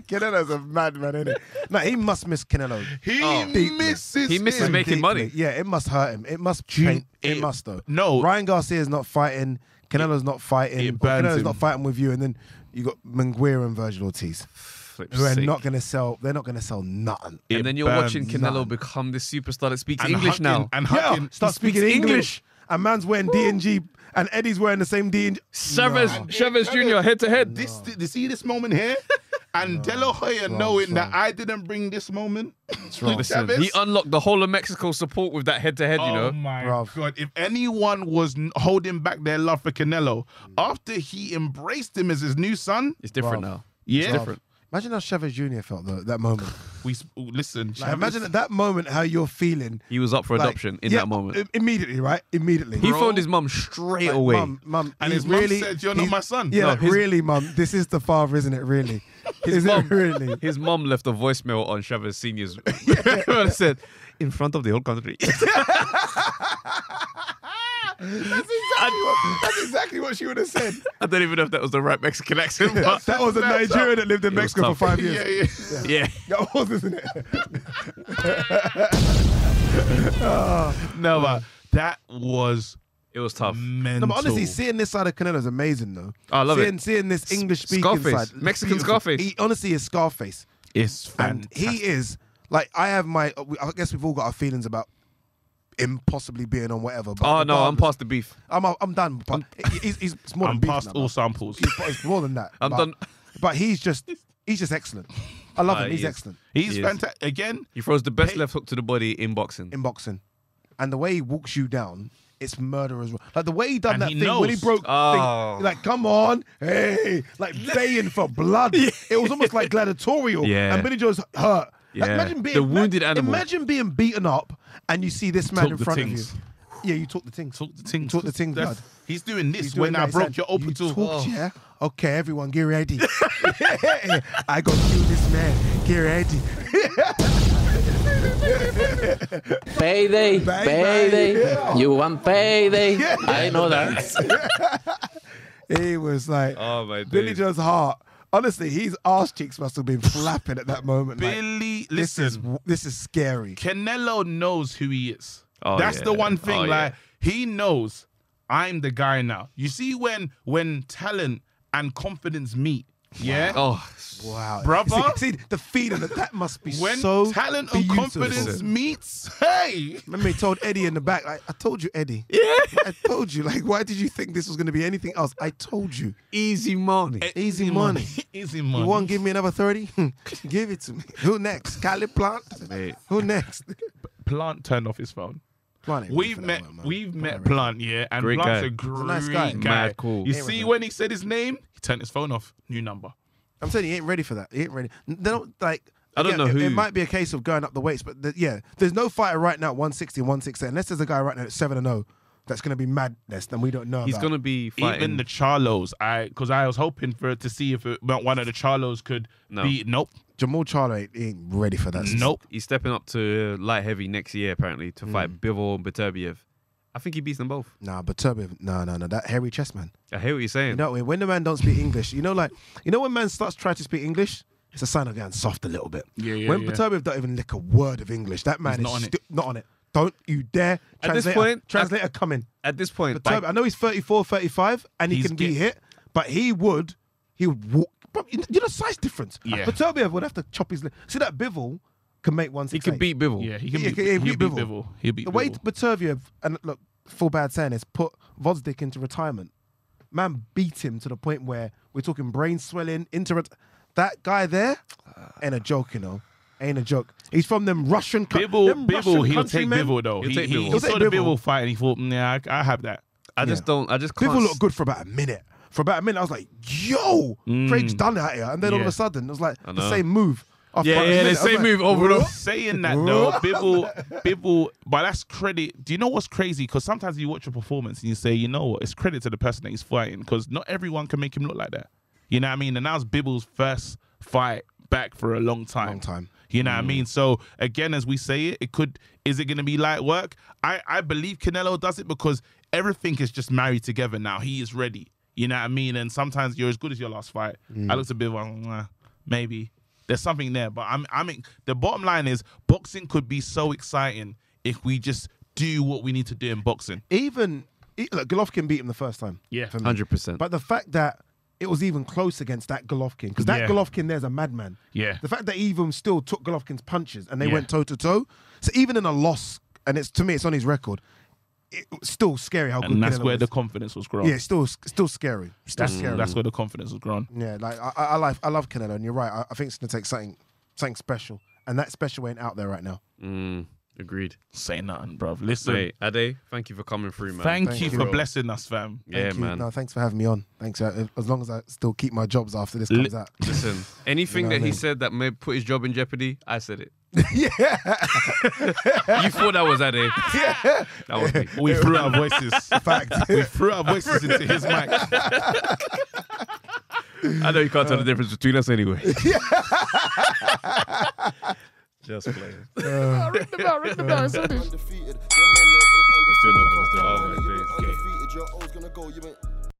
S3: Canelo's Ah, a madman, isn't it? Nah, he must miss Canelo.
S2: He
S3: Deeply.
S2: misses.
S1: He misses
S2: him.
S1: making
S3: Deeply.
S1: money.
S3: Yeah, it must hurt him. It must pain. It,
S2: it-
S3: must though.
S2: no.
S3: Ryan Garcia is not fighting. Canelo's not fighting.
S2: it
S3: or
S2: burns
S3: Canelo's
S2: him.
S3: not fighting with you, and then you got Manguera and Virgil Ortiz,
S1: Flip's
S3: who are
S1: sake.
S3: not gonna sell. They're not gonna sell nothing.
S1: and then you're watching
S3: burns
S1: Canelo
S3: none.
S1: become this superstar that speaks
S2: And
S1: English
S2: hugging-
S1: now.
S2: And
S3: Yeah,
S2: hugging.
S3: start
S1: speaks
S3: speaking English.
S1: English.
S3: And man's wearing D and G, and Eddie's wearing the same D and G.
S1: Chavez,
S3: No.
S1: Chavez Jr. head to head.
S2: This, you see this moment here, and no, De La Hoya knowing that I didn't bring this moment.
S1: Listen,
S2: Chavez.
S1: he unlocked the whole of Mexico support with that head to head. You know,
S2: Oh my
S3: Bruv.
S2: god! If anyone was n- holding back their love for Canelo after he embraced him as his new son,
S1: it's different
S3: Bruv.
S1: now.
S2: yeah,
S1: different.
S3: Imagine how Chavez Jr. felt though, that moment.
S2: we s- ooh, listen.
S3: Like,
S2: Chavez-
S3: imagine at that moment how you're feeling.
S1: He was up for
S3: like-
S1: adoption in
S3: Yeah,
S1: that moment.
S3: i- immediately, right? Immediately.
S1: he phoned his mum straight
S3: Like,
S1: away.
S3: Mum, mum,
S2: And
S3: he
S2: his mum
S3: really,
S2: said, "You're not
S3: he-
S2: my son."
S3: Yeah,
S1: No,
S3: like,
S1: his-
S3: really, mum. This is the father, isn't it? Really? is
S1: mum-
S3: it really?
S1: His mum left a voicemail on Chavez Senior's. and said, in front of the whole country.
S5: That's exactly what she would have said.
S1: I don't even know if that was the right Mexican accent, but
S3: That was a Nigerian that lived in
S1: was
S3: Mexico for
S1: tough.
S3: five years.
S2: yeah, yeah.
S1: yeah.
S5: That was, isn't it?
S2: No, but that was
S1: It was tough.
S2: mental.
S3: No, but honestly, seeing this side of Canelo is amazing, though.
S1: I love it.
S3: seeing, Seeing this English speaking
S1: Scarface.
S3: side,
S1: Mexican
S3: beautiful.
S1: Scarface.
S3: He honestly is Scarface,
S2: it's
S3: and
S2: fantastic.
S3: he is like I have my. I guess we've all got our feelings about him possibly being on whatever. But
S1: Oh, no, I'm
S3: regardless-
S1: past the beef.
S3: I'm I'm done. But he's, he's it's more
S2: I'm
S3: than beef
S2: past
S3: now,
S2: all
S3: man.
S2: samples.
S3: It's- It's more than that.
S1: I'm
S3: but,
S1: done.
S3: But he's just he's just excellent. I love
S1: Ah,
S3: him.
S1: he is.
S3: He's excellent
S2: He's
S1: He is.
S2: fantastic. Again,
S1: He throws the best left hook to the body in boxing.
S3: in boxing, and the way he walks you down, it's murder as well. Like the way he done
S2: And
S3: that
S2: he
S3: thing when he
S2: knows.
S3: broke,
S1: Oh.
S3: thing, like come on, hey, like baying for blood. It was almost like gladiatorial.
S1: Yeah.
S3: and Benny Joe's hurt. Like,
S1: Yeah.
S3: imagine being
S1: The wounded animal.
S3: Imagine being beaten up, and you see this man
S2: Talk
S3: in
S2: the
S3: front
S2: things.
S3: of you. Yeah, you talk the things.
S2: talk the thing.
S3: Talk the thing,
S2: That's-
S3: blood.
S2: He's doing this
S3: He's
S2: when
S3: doing
S2: I
S3: that, he's
S2: broke
S3: saying,
S2: your Oh. open
S3: you
S2: tool.
S3: Talked, yeah. Okay, everyone, get ready. I got to kill this man. Get ready.
S6: Payday,
S3: Bye,
S6: payday. You want payday. I know that.
S3: It was like
S1: Oh, my
S3: Billy
S1: days.
S3: Joe's heart. Honestly, his ass cheeks must have been flapping at that moment. like,
S2: Billy,
S3: this
S2: Oh, listen.
S3: is this is scary.
S2: Canelo knows who he is.
S1: Oh,
S2: That's
S1: yeah.
S2: the one thing.
S1: Oh,
S2: like he knows I'm the guy now. You see when when talent and confidence meet. Yeah.
S1: Oh,
S3: Wow,
S2: Brother.
S3: See, see, the feeling that that must be
S2: When
S3: so
S2: talent and
S3: beautiful.
S2: confidence meets, hey,
S3: Remember, he told Eddie in the back, like, "I told you, Eddie.
S1: yeah.
S3: I told you. Like, why did you think this was going to be anything else? I told you.
S1: Easy money.
S3: Easy money.
S2: easy money.
S3: You want to give me another thirty? give it to me. Who next? Cali Plant.
S1: Mate.
S3: Who next?
S2: Plant turned off his phone.
S3: Plant ain't ready
S2: We've
S3: for that
S2: met,
S3: one, man.
S2: we've
S3: Plant
S2: met
S3: ain't ready.
S2: Plant, yeah, and
S1: Great
S2: Plant's
S1: guy.
S2: a great
S3: nice
S2: guy.
S3: guy.
S1: Mad cool.
S2: You
S1: He
S2: see,
S3: was
S2: when he said his name, he turned his phone off. New number.
S3: I'm saying he ain't ready for that. He ain't ready. They don't like.
S1: I don't know
S3: again, it,
S1: who-
S3: It might be a case of going up the weights, but the, yeah, there's no fighter right now at 160, 160, unless there's a guy right now at 7 and 0 that's going to be madness and we don't know
S1: He's
S3: about.
S1: gonna be fighting.
S2: Even the Charlos, I because I was hoping for to see if it, one of the Charlos could
S1: No.
S2: be. Nope,
S3: Jamal Charlo ain't- he ain't ready for that.
S2: nope.
S1: He's stepping up to uh, light heavy next year apparently to fight Bivol and Beterbiev. I think he beats them both.
S3: Nah, but Turbo, no, no, no, that hairy chest man.
S1: I hear what you're saying.
S3: You know, when the man don't speak English, you know, like, you know, when man starts trying to speak English, it's a sign of getting soft a little bit.
S2: Yeah, yeah,
S3: When
S2: yeah.
S3: Paterbiev don't even lick a word of English, that
S2: He's
S3: man is
S2: not on it.
S3: sti- not on it. Don't you dare.
S1: At this
S3: Translator,
S1: point,
S3: translator coming.
S1: At this point,
S3: Paterbiev, I know he's 34, 35, and he
S2: He's
S3: can be
S2: get-
S3: hit, but he would, he would walk. But you you know, size difference.
S2: Yeah.
S3: Paterbiev would have to chop his. Li- See that Bivol can make one.
S1: he could beat Bivol.
S2: Yeah, he can
S3: Yeah,
S2: be.
S3: yeah,
S2: He'll
S3: he'll
S2: be
S3: be
S2: Bivol. He'll be
S3: the way
S2: Bivol.
S3: Paterbiev and look, full bad saying is put Vosdick into retirement. Man beat him to the point where we're talking brain swelling. Into ret- that guy there ain't a joke, you know, ain't a joke. He's from them Russian. Co-
S2: Bivol,
S3: them
S2: Bivol,
S3: Russian
S2: he'll
S3: country
S2: take
S3: men.
S2: Bivol though.
S1: He'll
S2: He,
S1: take
S2: he,
S1: Bivol.
S2: he
S1: He'll
S2: saw
S3: take
S2: the
S3: Bivol.
S2: Bivol fight and he thought, nah, I, I have that.
S1: I just
S3: Yeah.
S1: don't. I just can't.
S3: Bivol
S1: s-
S3: looked good for about a minute. For about a minute, I was like, "Yo, Craig's done it out here," and then all of
S2: Yeah.
S3: a sudden, it was like the
S1: Mm. know.
S3: same move. After
S1: Yeah,
S3: about a
S1: yeah,
S3: minute, I
S1: the
S3: was
S1: same
S3: like,
S1: move over and over.
S2: Saying that though, Bivol, Bivol, but that's credit. Do you know what's crazy? Because sometimes you watch a performance and you say, you know what, it's credit to the person that he's fighting because not everyone can make him look like that. You know what I mean? And that was Bivol's first fight back for a long time.
S3: Long time.
S2: You know what I mean? So again, as we say it, it could is it going to be light work? I I believe Canelo does it because everything is just married together now. He is ready. You know what I mean? And sometimes you're as good as your last fight. I looked a bit like "Nah, maybe there's something there, but I'm I mean the bottom line is boxing could be so exciting if we just do what we need to do in boxing.
S3: Even e- look, Golovkin beat him the first time.
S2: Yeah.
S3: for me.
S1: 100%.
S3: But the fact that it was even close against that Golovkin, because that
S2: Yeah.
S3: Golovkin there's a madman.
S2: Yeah.
S3: The fact that he even still took Golovkin's punches and they
S2: Yeah.
S3: went toe to toe. So even in a loss, and it's to me, it's on his record. It, it's still scary how good.
S2: And that's
S3: Canelo
S2: where
S3: is.
S2: the confidence was grown.
S3: yeah, it's still still scary. Still
S2: that's,
S3: scary.
S2: that's where the confidence was grown.
S3: Yeah, like I, I I like I love Canelo, and you're right. I, I think it's gonna take something something special, and that special ain't out there right now.
S1: Mm, agreed.
S2: Say nothing, bruv. Listen,
S1: Wait, Ade, thank you for coming through, man.
S2: thank,
S3: Thank
S2: you
S3: you,
S2: for
S3: bro.
S2: blessing us, fam.
S1: yeah,
S3: Thank you.
S1: man.
S3: No, thanks for having me on. Thanks. uh, As long as I still keep my jobs after this comes out.
S1: Listen, anything
S3: know what
S1: that
S3: I
S1: he
S3: mean?
S1: said that may put his job in jeopardy, I said it. yeah. you thought that was Ade. Yeah. That was me.
S2: We threw our voices.
S3: Fact.
S2: We threw our voices into his mic.
S1: I know you can't tell the difference between us anyway. Just playing.
S7: undefeated.
S1: another one, let's do another one.
S7: Oh, Undefeated, you're always gonna go. You ain't